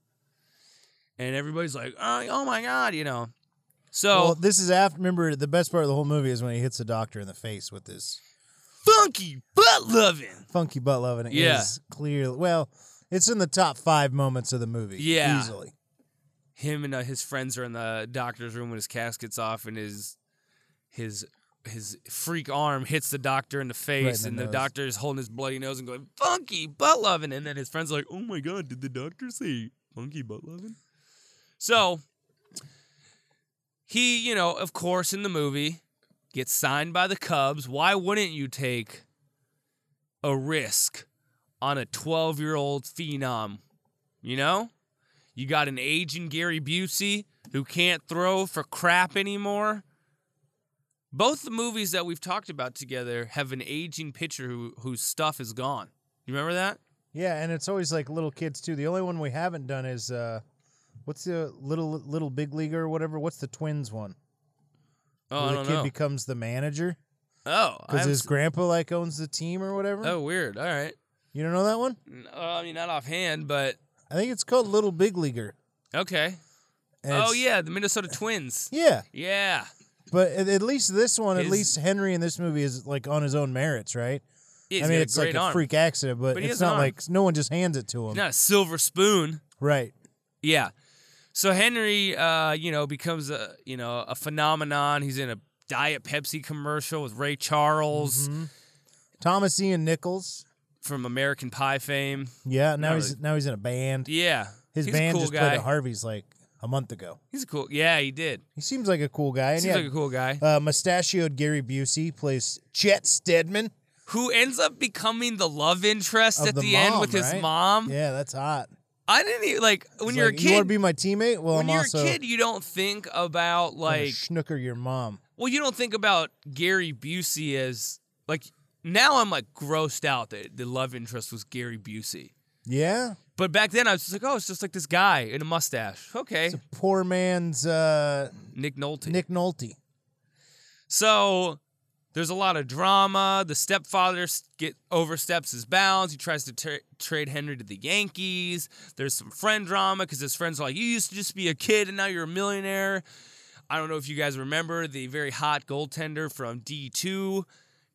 Speaker 2: And everybody's like, oh, oh my God, you know. So
Speaker 3: well, this is after. Remember, the best part of the whole movie is when he hits the doctor in the face with this
Speaker 2: funky butt loving.
Speaker 3: funky butt loving. It
Speaker 2: Yeah.
Speaker 3: is clearly well, it's in the top five moments of the movie.
Speaker 2: Yeah.
Speaker 3: easily.
Speaker 2: him and uh, his friends are in the doctor's room when his casket's off and his his his freak arm hits the doctor in the face
Speaker 3: the
Speaker 2: and the
Speaker 3: nose.
Speaker 2: doctor is holding his bloody nose and going funky butt loving and then his friends are like oh my god did the doctor say funky butt loving so he you know of course in the movie gets signed by the cubs why wouldn't you take a risk on a 12 year old phenom you know you got an aging Gary Busey who can't throw for crap anymore. Both the movies that we've talked about together have an aging pitcher who, whose stuff is gone. You remember that?
Speaker 3: Yeah, and it's always like little kids too. The only one we haven't done is uh, what's the little little big leaguer or whatever? What's the twins one?
Speaker 2: Oh,
Speaker 3: Where
Speaker 2: I
Speaker 3: the
Speaker 2: don't
Speaker 3: kid
Speaker 2: know.
Speaker 3: becomes the manager
Speaker 2: oh, I
Speaker 3: because
Speaker 2: haven't
Speaker 3: his
Speaker 2: s-
Speaker 3: grandpa like owns the team or whatever.
Speaker 2: oh, weird. All right.
Speaker 3: You don't know that one?
Speaker 2: N- uh, I mean, not offhand, but
Speaker 3: I think it's called Little Big Leaguer.
Speaker 2: okay.
Speaker 3: and
Speaker 2: oh
Speaker 3: it's-
Speaker 2: yeah, the Minnesota
Speaker 3: <laughs>
Speaker 2: Twins.
Speaker 3: yeah.
Speaker 2: Yeah.
Speaker 3: But at, at least this one, at
Speaker 2: His-
Speaker 3: least Henry in this movie is like on his own merits, right?
Speaker 2: He's
Speaker 3: I
Speaker 2: got
Speaker 3: mean,
Speaker 2: a
Speaker 3: it's like
Speaker 2: great
Speaker 3: a
Speaker 2: arm.
Speaker 3: freak accident, but,
Speaker 2: But he
Speaker 3: it's
Speaker 2: has an
Speaker 3: not
Speaker 2: arm.
Speaker 3: like no one just hands it to him.
Speaker 2: Not a silver spoon.
Speaker 3: Right.
Speaker 2: Yeah. So Henry, uh, you know, becomes a you know a phenomenon. He's in a Diet Pepsi commercial with Ray Charles
Speaker 3: Mm-hmm. Thomas Ian Nichols.
Speaker 2: from American Pie fame.
Speaker 3: Yeah, now
Speaker 2: Not
Speaker 3: he's
Speaker 2: really.
Speaker 3: now he's in a band.
Speaker 2: Yeah,
Speaker 3: His
Speaker 2: he's a
Speaker 3: band
Speaker 2: cool
Speaker 3: just
Speaker 2: guy.
Speaker 3: played at Harvey's like a month ago.
Speaker 2: He's a cool. Yeah, he did.
Speaker 3: He seems like a cool guy. and
Speaker 2: Seems
Speaker 3: yeah,
Speaker 2: like a cool guy
Speaker 3: uh, mustachioed Gary Busey plays Chet Stedman
Speaker 2: who ends up becoming the love interest
Speaker 3: of
Speaker 2: at
Speaker 3: the,
Speaker 2: the, end
Speaker 3: Mom,
Speaker 2: with his
Speaker 3: right?
Speaker 2: mom.
Speaker 3: Yeah, that's hot.
Speaker 2: I didn't even, like when
Speaker 3: He's
Speaker 2: you're
Speaker 3: like,
Speaker 2: a
Speaker 3: You want
Speaker 2: kid.
Speaker 3: to be my teammate? Well,
Speaker 2: when
Speaker 3: I'm
Speaker 2: you're
Speaker 3: also
Speaker 2: a kid, you don't think about
Speaker 3: gonna
Speaker 2: like
Speaker 3: snooker your mom.
Speaker 2: Well, you don't think about Gary Busey as like now I'm like grossed out that the love interest was Gary Busey.
Speaker 3: Yeah,
Speaker 2: But back then I was just like, oh, it's just like this guy in a mustache. Okay.
Speaker 3: poor man's uh,
Speaker 2: Nick Nolte.
Speaker 3: Nick Nolte.
Speaker 2: So there's a lot of drama. The stepfather s- get oversteps his bounds. He tries to tra- trade Henry to the Yankees. There's some friend drama because his friends are like, "You used to just be a kid and now you're a millionaire." I don't know if you guys remember the very hot goaltender from D2,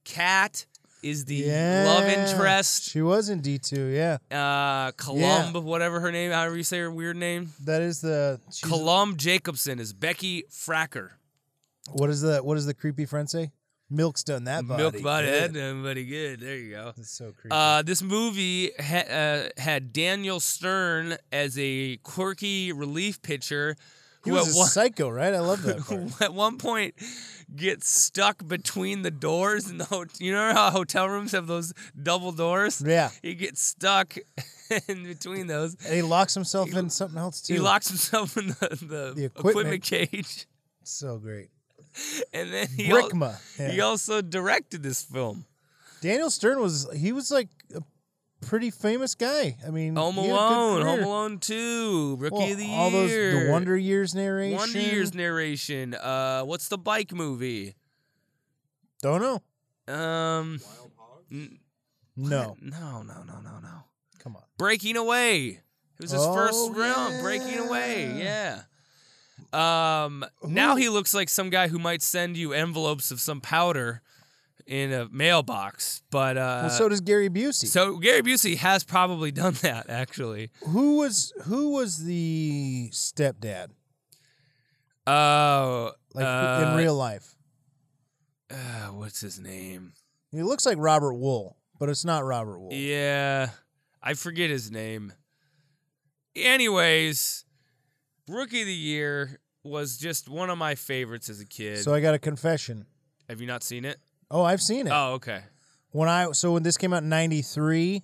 Speaker 2: Cat is the
Speaker 3: Yeah,
Speaker 2: love interest.
Speaker 3: She was in D two. Yeah,
Speaker 2: Uh, Columb, whatever her name, however you say her weird name.
Speaker 3: that is the. she's-
Speaker 2: Columb Jacobson is Becky Fracker.
Speaker 3: What is the what does the creepy friend say? Milk's done that body.
Speaker 2: Milk Bud
Speaker 3: good.
Speaker 2: Head, everybody good. There you go.
Speaker 3: That's so creepy.
Speaker 2: Uh, this movie ha- uh, had Daniel Stern as a quirky relief pitcher
Speaker 3: he
Speaker 2: who at
Speaker 3: was a
Speaker 2: one,
Speaker 3: psycho, right? I
Speaker 2: <laughs>
Speaker 3: love that. part.
Speaker 2: who at one point gets stuck between the doors in the hotel. You know how hotel rooms have those double doors?
Speaker 3: Yeah.
Speaker 2: He gets stuck <laughs> in between those.
Speaker 3: And he locks himself in something else too.
Speaker 2: He locks himself in the, the,
Speaker 3: The
Speaker 2: equipment.
Speaker 3: equipment.
Speaker 2: cage. <laughs>
Speaker 3: so great.
Speaker 2: And then he, al-
Speaker 3: Brickma. Yeah.
Speaker 2: he also directed this film.
Speaker 3: Daniel Stern was he was like a pretty famous guy. I mean,
Speaker 2: Home
Speaker 3: he had a good
Speaker 2: Alone, Home
Speaker 3: career.
Speaker 2: Alone 2, Rookie
Speaker 3: Well,
Speaker 2: of the
Speaker 3: all those
Speaker 2: Year.
Speaker 3: the Wonder Years narration.
Speaker 2: Wonder Years narration. Uh, what's the bike movie?
Speaker 3: Don't know.
Speaker 2: Um, n-
Speaker 3: No,
Speaker 2: no, no, no, no, no.
Speaker 3: come on.
Speaker 2: Breaking Away. It was his first
Speaker 3: Oh,
Speaker 2: round. Breaking Away. Yeah. Um. Now he looks like some guy who might send you envelopes of some powder in a mailbox. But uh,
Speaker 3: Well, so does Gary Busey.
Speaker 2: so Gary Busey has probably done <laughs> that actually.
Speaker 3: who was who was the stepdad
Speaker 2: Oh,
Speaker 3: like
Speaker 2: uh,
Speaker 3: in real life?
Speaker 2: uh, what's his name?
Speaker 3: He looks like Robert Wool, but it's not Robert Wool.
Speaker 2: Yeah, I forget his name. Anyways, Rookie of the Year was just one of my favorites as a kid.
Speaker 3: So I got a confession.
Speaker 2: Have you not seen it?
Speaker 3: Oh, I've seen it.
Speaker 2: Oh, okay.
Speaker 3: when I so when this came out in '93,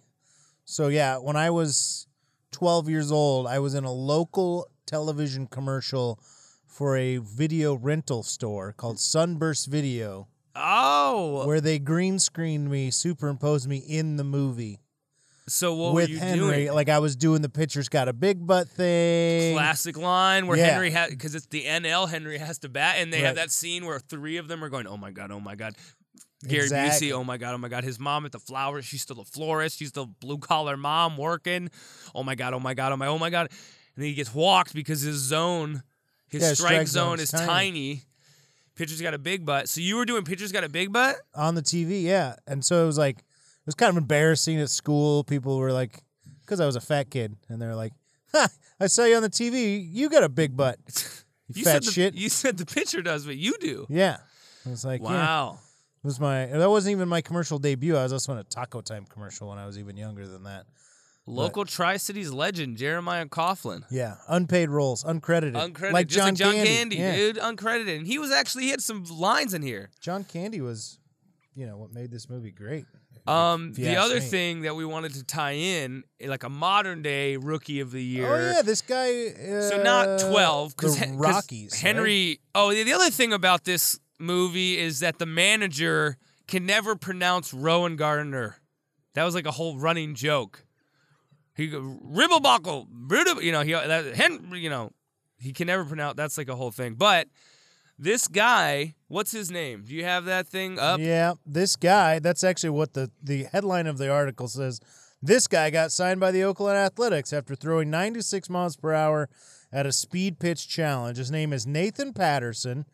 Speaker 3: so yeah, when I was 12 years old, I was in a local television commercial for a video rental store called Sunburst Video,
Speaker 2: Oh,
Speaker 3: where they green screened me, superimposed me in the movie
Speaker 2: so what
Speaker 3: with
Speaker 2: were you
Speaker 3: Henry.
Speaker 2: doing?
Speaker 3: Like I was doing the pitcher's got a big butt thing.
Speaker 2: Classic line where
Speaker 3: Yeah.
Speaker 2: Henry has because it's the NL Henry has to bat, and they have
Speaker 3: Right.
Speaker 2: that scene where three of them are going, "Oh my god, oh my god." Gary
Speaker 3: Exactly.
Speaker 2: Busey, oh my god, oh my god, his mom at the flowers, she's still a florist, she's still blue collar mom working. Oh my god, oh my god, oh my, oh my god, and then he gets walked because his zone, his
Speaker 3: Yeah, his
Speaker 2: strike,
Speaker 3: strike
Speaker 2: zone
Speaker 3: zone's
Speaker 2: is tiny.
Speaker 3: tiny.
Speaker 2: Pitcher's got a big butt. So you were doing pitcher's got a big butt.
Speaker 3: on the TV, yeah. And so it was like it was kind of embarrassing at school. People were like, because I was a fat kid, and they were like, "Ha! I saw you on the TV. You got a big butt,
Speaker 2: <laughs>
Speaker 3: you,
Speaker 2: said
Speaker 3: fat
Speaker 2: the,
Speaker 3: shit."
Speaker 2: You said the pitcher does what you do.
Speaker 3: yeah, I was like, yeah.
Speaker 2: Wow.
Speaker 3: It was my that wasn't even my commercial debut. I was also in a Taco Time commercial when I was even younger than that.
Speaker 2: Local Tri Cities legend Jeremiah Coughlin.
Speaker 3: Yeah, unpaid roles, uncredited,
Speaker 2: Uncredited,
Speaker 3: like
Speaker 2: just
Speaker 3: John,
Speaker 2: like John Candy,
Speaker 3: Yeah.
Speaker 2: dude. Uncredited, and he was actually he had some lines in here.
Speaker 3: John Candy was, you know, what made this movie great.
Speaker 2: Um,
Speaker 3: If you
Speaker 2: the
Speaker 3: ask
Speaker 2: other
Speaker 3: me.
Speaker 2: thing that we wanted to tie in, eh, like a modern day rookie of the year.
Speaker 3: Oh yeah, this guy. Uh,
Speaker 2: So not twelve because
Speaker 3: the Rockies. right?
Speaker 2: Henry. Oh, the, the other thing about this movie is that the manager can never pronounce Rowan Gardner. That was like a whole running joke. He go, Ribblebuckle, Brutal. You know he that, Henry. You know he can never pronounce. That's like a whole thing. But this guy, what's his name? Do you have that thing up?
Speaker 3: Yeah, this guy. That's actually what the the headline of the article says. This guy got signed by the Oakland Athletics after throwing 96 miles per hour at a speed pitch challenge. His name is Nathan Patterson,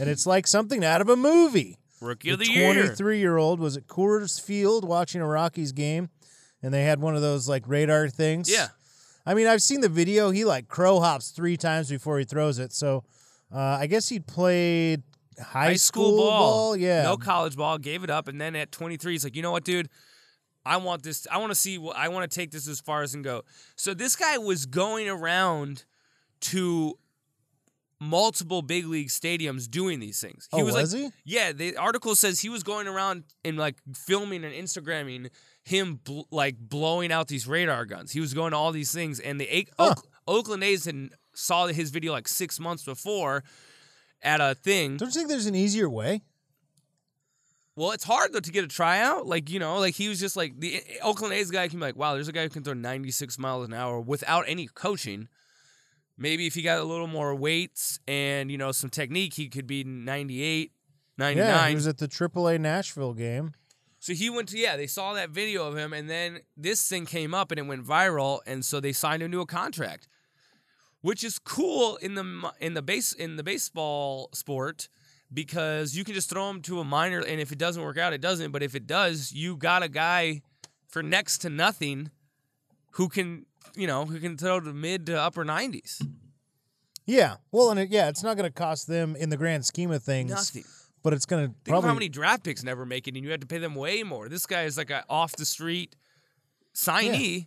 Speaker 3: and it's like something out of a movie.
Speaker 2: Rookie of the year.
Speaker 3: 23 year old was at Coors Field watching a Rockies game, and they had one of those like radar things.
Speaker 2: Yeah.
Speaker 3: I mean, I've seen the video. He like crow hops three times before he throws it. So uh, I guess he played high,
Speaker 2: High school, ball.
Speaker 3: Yeah.
Speaker 2: No college ball. Gave it up, and then at 23, he's like, you know what, dude. I want this. I want to see. what- I want to take this as far as and go. So this guy was going around to multiple big league stadiums doing these things.
Speaker 3: Oh, was
Speaker 2: like,
Speaker 3: he?
Speaker 2: Yeah, the article says he was going around and like filming and Instagramming him bl- like blowing out these radar guns. He was going to all these things, and the Oak- Oak- Oakland A's had saw his video like six months before at a thing.
Speaker 3: Don't you think there's an easier way?
Speaker 2: Well, it's hard though to get a tryout. Like you know, like he was just like the eh, Oakland A's guy can be like, wow, there's a guy who can throw 96 miles an hour without any coaching. Maybe if he got a little more weights and you know some technique, he could be 98, 99.
Speaker 3: Yeah. He was at the AAA Nashville game.
Speaker 2: so he went to yeah. They saw that video of him, and then this thing came up and it went viral, and so they signed him to a contract, which is cool in the mi- in the base in the baseball sport because you can just throw him to a minor, and if it doesn't work out, it doesn't. But if it does, you got a guy for next to nothing who can you know who can throw to mid to upper nineties.
Speaker 3: Yeah. Well, and it, yeah, it's not going to cost them in the grand scheme of things.
Speaker 2: Nothing.
Speaker 3: But it's going to
Speaker 2: Think of
Speaker 3: probably
Speaker 2: how many draft picks never make it, and you have to pay them way more. This guy is like a off the street signee,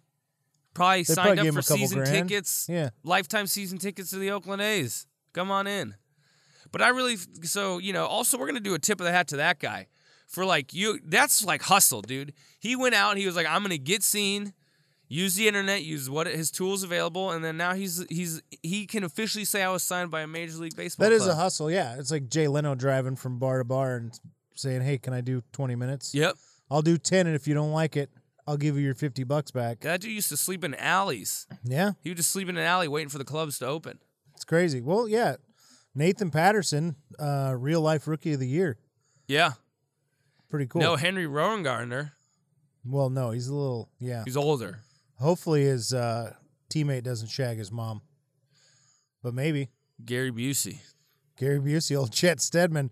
Speaker 2: probably
Speaker 3: They
Speaker 2: signed
Speaker 3: probably
Speaker 2: up
Speaker 3: gave him
Speaker 2: for
Speaker 3: a couple
Speaker 2: season
Speaker 3: grand.
Speaker 2: tickets,
Speaker 3: Yeah.
Speaker 2: lifetime season tickets to the Oakland A's. Come on in. But I really, so you know, also we're gonna do a tip of the hat to that guy for like you. That's like hustle, dude. He went out and he was like, I'm gonna get seen. Use the internet, use what his tools available, and then now he's he's he can officially say I was signed by a major league baseball.
Speaker 3: That is a
Speaker 2: club.
Speaker 3: hustle. Yeah. It's like Jay Leno driving from bar to bar and saying, "Hey, can I do 20 minutes?"
Speaker 2: Yep.
Speaker 3: I'll do 10 and if you don't like it, I'll give you your 50 bucks back.
Speaker 2: That dude used to sleep in alleys.
Speaker 3: Yeah.
Speaker 2: He would just sleep in an alley waiting for the clubs to open.
Speaker 3: It's crazy. Well, yeah. Nathan Patterson, uh, real life rookie of the year.
Speaker 2: Yeah.
Speaker 3: Pretty cool.
Speaker 2: No Henry Rowengartner.
Speaker 3: well, no, he's a little yeah.
Speaker 2: He's older.
Speaker 3: Hopefully his uh, teammate doesn't shag his mom. But maybe
Speaker 2: Gary Busey.
Speaker 3: Gary Busey, old Chet Stedman.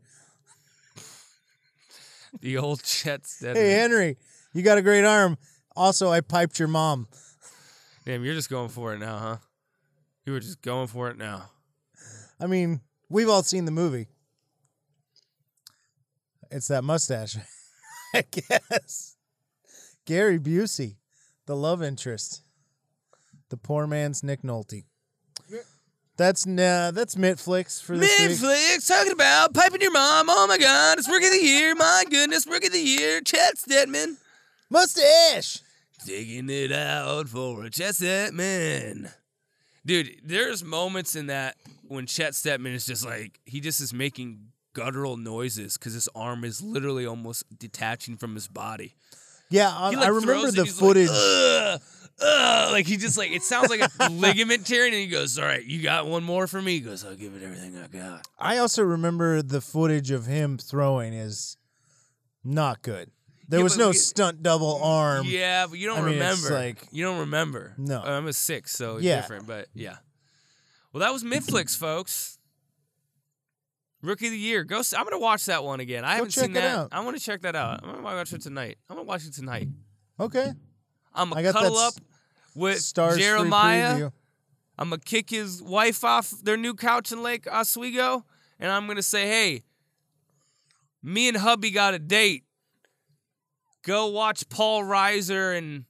Speaker 2: The old <laughs> Chet Stedman.
Speaker 3: Hey Henry, you got a great arm. Also, I piped your mom.
Speaker 2: Damn, you're just going for it now, huh? You were just going for it now.
Speaker 3: I mean, we've all seen the movie. It's that mustache, <laughs> I guess. Gary Busey, the love interest, the poor man's Nick Nolte. That's nah, that's Mitflix for this week.
Speaker 2: Netflix talking about piping your mom. Oh my God, it's rookie of the year. My goodness, rookie of the year. Chet Stedman.
Speaker 3: Mustache.
Speaker 2: Digging it out for a Chet Stedman. Dude, there's moments in that when Chet Stedman is just like, he just is making guttural noises because his arm is literally almost detaching from his body.
Speaker 3: Yeah, I,
Speaker 2: He, like,
Speaker 3: I remember
Speaker 2: throws it,
Speaker 3: the
Speaker 2: he's
Speaker 3: footage.
Speaker 2: Like, "Ugh, ugh," like, he just like, it sounds like a <laughs> ligament tearing. And he goes, all right, you got one more for me? He goes, I'll give it everything I got.
Speaker 3: I also remember the footage of him throwing is not good. There
Speaker 2: Yeah,
Speaker 3: was
Speaker 2: but
Speaker 3: no
Speaker 2: we-
Speaker 3: stunt double arm.
Speaker 2: Yeah, but you don't
Speaker 3: I mean, it's
Speaker 2: remember.
Speaker 3: like-
Speaker 2: you don't remember.
Speaker 3: No.
Speaker 2: Uh, I'm a six, so it's
Speaker 3: Yeah.
Speaker 2: different. But yeah. Well, that was
Speaker 3: <clears throat>
Speaker 2: Midflix, folks. Rookie of the Year. Go. s- I'm gonna watch that one again. I haven't
Speaker 3: check
Speaker 2: seen
Speaker 3: it
Speaker 2: that.
Speaker 3: out.
Speaker 2: I want to check that out. I'm gonna watch it tonight. I'm gonna watch it tonight.
Speaker 3: Okay.
Speaker 2: I'm gonna
Speaker 3: I got
Speaker 2: cuddle
Speaker 3: that
Speaker 2: up
Speaker 3: s-
Speaker 2: with
Speaker 3: Stars free
Speaker 2: Jeremiah.
Speaker 3: preview.
Speaker 2: I'm gonna kick his wife off their new couch in Lake Oswego, and I'm gonna say, "Hey, me and hubby got a date. Go watch Paul Reiser and."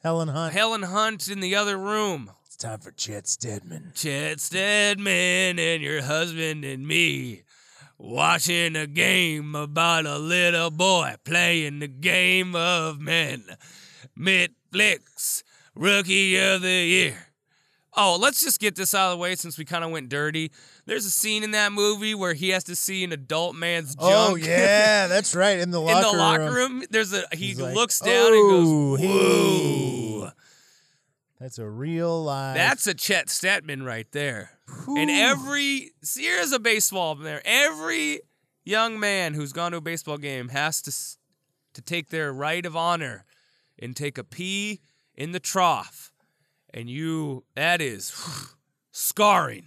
Speaker 3: Helen Hunt.
Speaker 2: Helen Hunt in the other room.
Speaker 3: It's time for Chet Stedman.
Speaker 2: Chet Stedman and your husband and me watching a game about a little boy playing the game of men. Midflix, rookie of the year. Oh, let's just get this out of the way since we kind of went dirty. There's a scene in that movie where he has to see an adult man's junk.
Speaker 3: Oh yeah, that's right. In
Speaker 2: <laughs>
Speaker 3: the
Speaker 2: in
Speaker 3: locker
Speaker 2: the locker
Speaker 3: room.
Speaker 2: room, there's a he
Speaker 3: He's like,
Speaker 2: looks down and
Speaker 3: "Oh,
Speaker 2: goes,
Speaker 3: hey."
Speaker 2: "Whoa."
Speaker 3: That's a real live.
Speaker 2: That's a Chet Stetman right there. And every see, here's a baseball there. Every young man who's gone to a baseball game has to s- to take their right of honor and take a pee in the trough. <sighs> And you that is scarring.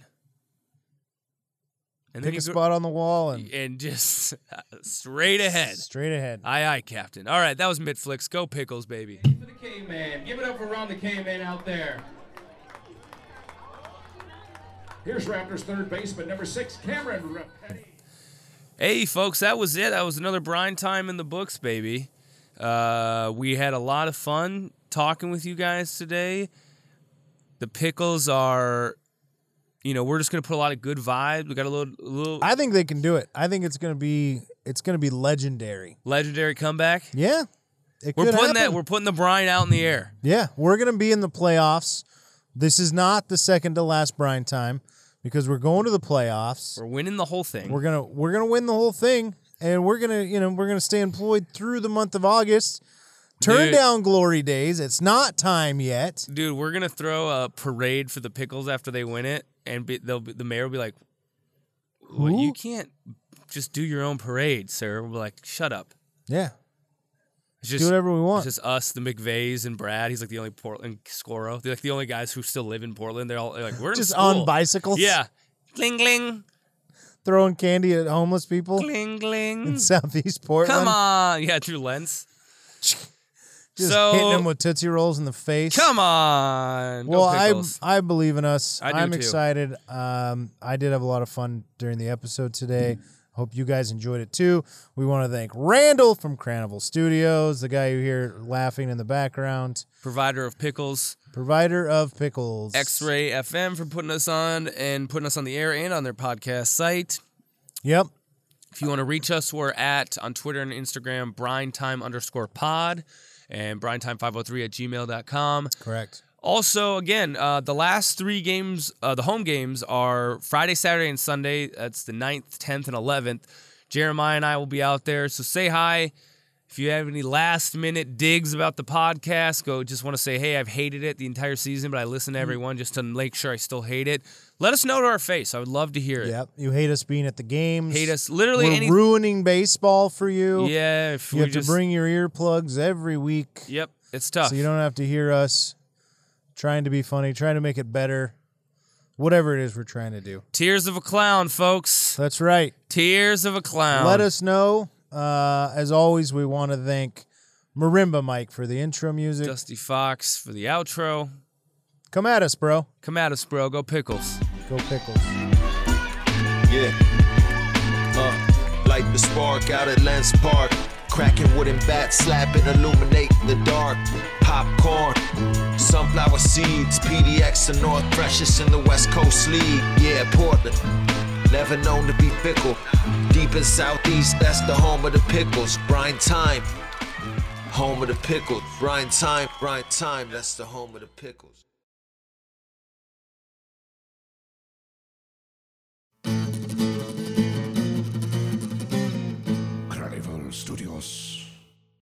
Speaker 2: And then
Speaker 3: Pick
Speaker 2: you gr-
Speaker 3: a spot on the wall and
Speaker 2: and just <laughs> straight ahead.
Speaker 3: Straight ahead.
Speaker 2: Aye, aye, Captain. All right, that was Midflix. Go Pickles, baby.
Speaker 11: K-Man. Give it up for Ron the K-Man out there. Here's Raptors third baseman, number six, Cameron Rapetti.
Speaker 2: Hey, folks, that was it. That was another brine time in the books, baby. Uh, we had a lot of fun talking with you guys today. The pickles are, you know, we're just gonna put a lot of good vibes. We got a little, little
Speaker 3: I think they can do it. I think it's gonna be it's gonna be legendary.
Speaker 2: legendary comeback.
Speaker 3: Yeah, it
Speaker 2: we're
Speaker 3: could
Speaker 2: putting that.
Speaker 3: happen.
Speaker 2: We're putting the brine out in the air.
Speaker 3: Yeah, we're gonna be in the playoffs. This is not the second to last Brian time because we're going to the playoffs.
Speaker 2: We're winning the whole thing.
Speaker 3: We're gonna we're gonna win the whole thing, and we're gonna you know we're gonna stay employed through the month of August. Turn
Speaker 2: Dude.
Speaker 3: down glory days. It's not time yet.
Speaker 2: Dude, we're gonna throw a parade for the pickles after they win it, and be, they'll be, the mayor will be like, well,
Speaker 3: Who?
Speaker 2: "You can't just do your own parade, sir." We'll be like, "Shut up."
Speaker 3: Yeah,
Speaker 2: It's
Speaker 3: do whatever we want.
Speaker 2: It's just us, the McVeighs and Brad. He's like the only Portland Scoro. They're like the only guys who still live in Portland. They're all they're like, "We're in
Speaker 3: Just
Speaker 2: school."
Speaker 3: on bicycles?
Speaker 2: Yeah, Gling gling.
Speaker 3: throwing candy at homeless people
Speaker 2: gling gling.
Speaker 3: in <laughs> Southeast Portland.
Speaker 2: Come on, yeah, through lens.
Speaker 3: just
Speaker 2: so
Speaker 3: hitting them with tootsie rolls in the face.
Speaker 2: come on. Go
Speaker 3: Well, I
Speaker 2: Pickles.
Speaker 3: I believe in us.
Speaker 2: I do
Speaker 3: am
Speaker 2: too.
Speaker 3: excited. Um, I did have a lot of fun during the episode today. Hope you guys enjoyed it too. We want to thank Randall from Carnival Studios, the guy you hear laughing in the background,
Speaker 2: provider of pickles.
Speaker 3: provider of pickles.
Speaker 2: X Ray FM for putting us on and putting us on the air and on their podcast site.
Speaker 3: Yep.
Speaker 2: If you want to reach us, we're at on Twitter and Instagram, brinetime underscore pod and brinetime503 at gmail.com.
Speaker 3: Correct.
Speaker 2: Also, again, uh, the last three games, uh, the home games are Friday, Saturday, and Sunday. That's the 9th, 10th, and 11th. Jeremiah and I will be out there. So say hi. If you have any last minute digs about the podcast, go just want to say, hey, I've hated it the entire season, but I listen
Speaker 3: Mm-hmm.
Speaker 2: to everyone just to make sure I still hate it. Let us know to our face. I would love to hear it.
Speaker 3: Yep. You hate us being at the games.
Speaker 2: Hate us literally
Speaker 3: We're
Speaker 2: any-
Speaker 3: ruining baseball for you.
Speaker 2: Yeah, if
Speaker 3: You
Speaker 2: we
Speaker 3: have
Speaker 2: just-
Speaker 3: to bring your earplugs every week.
Speaker 2: Yep, it's tough.
Speaker 3: So you don't have to hear us trying to be funny, trying to make it better, whatever it is we're trying to do.
Speaker 2: Tears of a clown, folks.
Speaker 3: That's right.
Speaker 2: Tears of a clown.
Speaker 3: Let us know. Uh, as always, we want to thank Marimba Mike for the intro music.
Speaker 2: Dusty Fox for the outro.
Speaker 3: Come at us, bro.
Speaker 2: Come at us, bro. Go pickles.
Speaker 3: Go Pickles.
Speaker 12: Yeah. Uh, light the spark out at Lens Park. Cracking wooden bats, slapping, illuminate the dark. Popcorn, sunflower seeds, PDX and North Precious in the West Coast League. Yeah, Portland, never known to be fickle. Deep in Southeast, that's the home of the pickles. Brine time, home of the pickles. Brine time, brine time, that's the home of the pickles.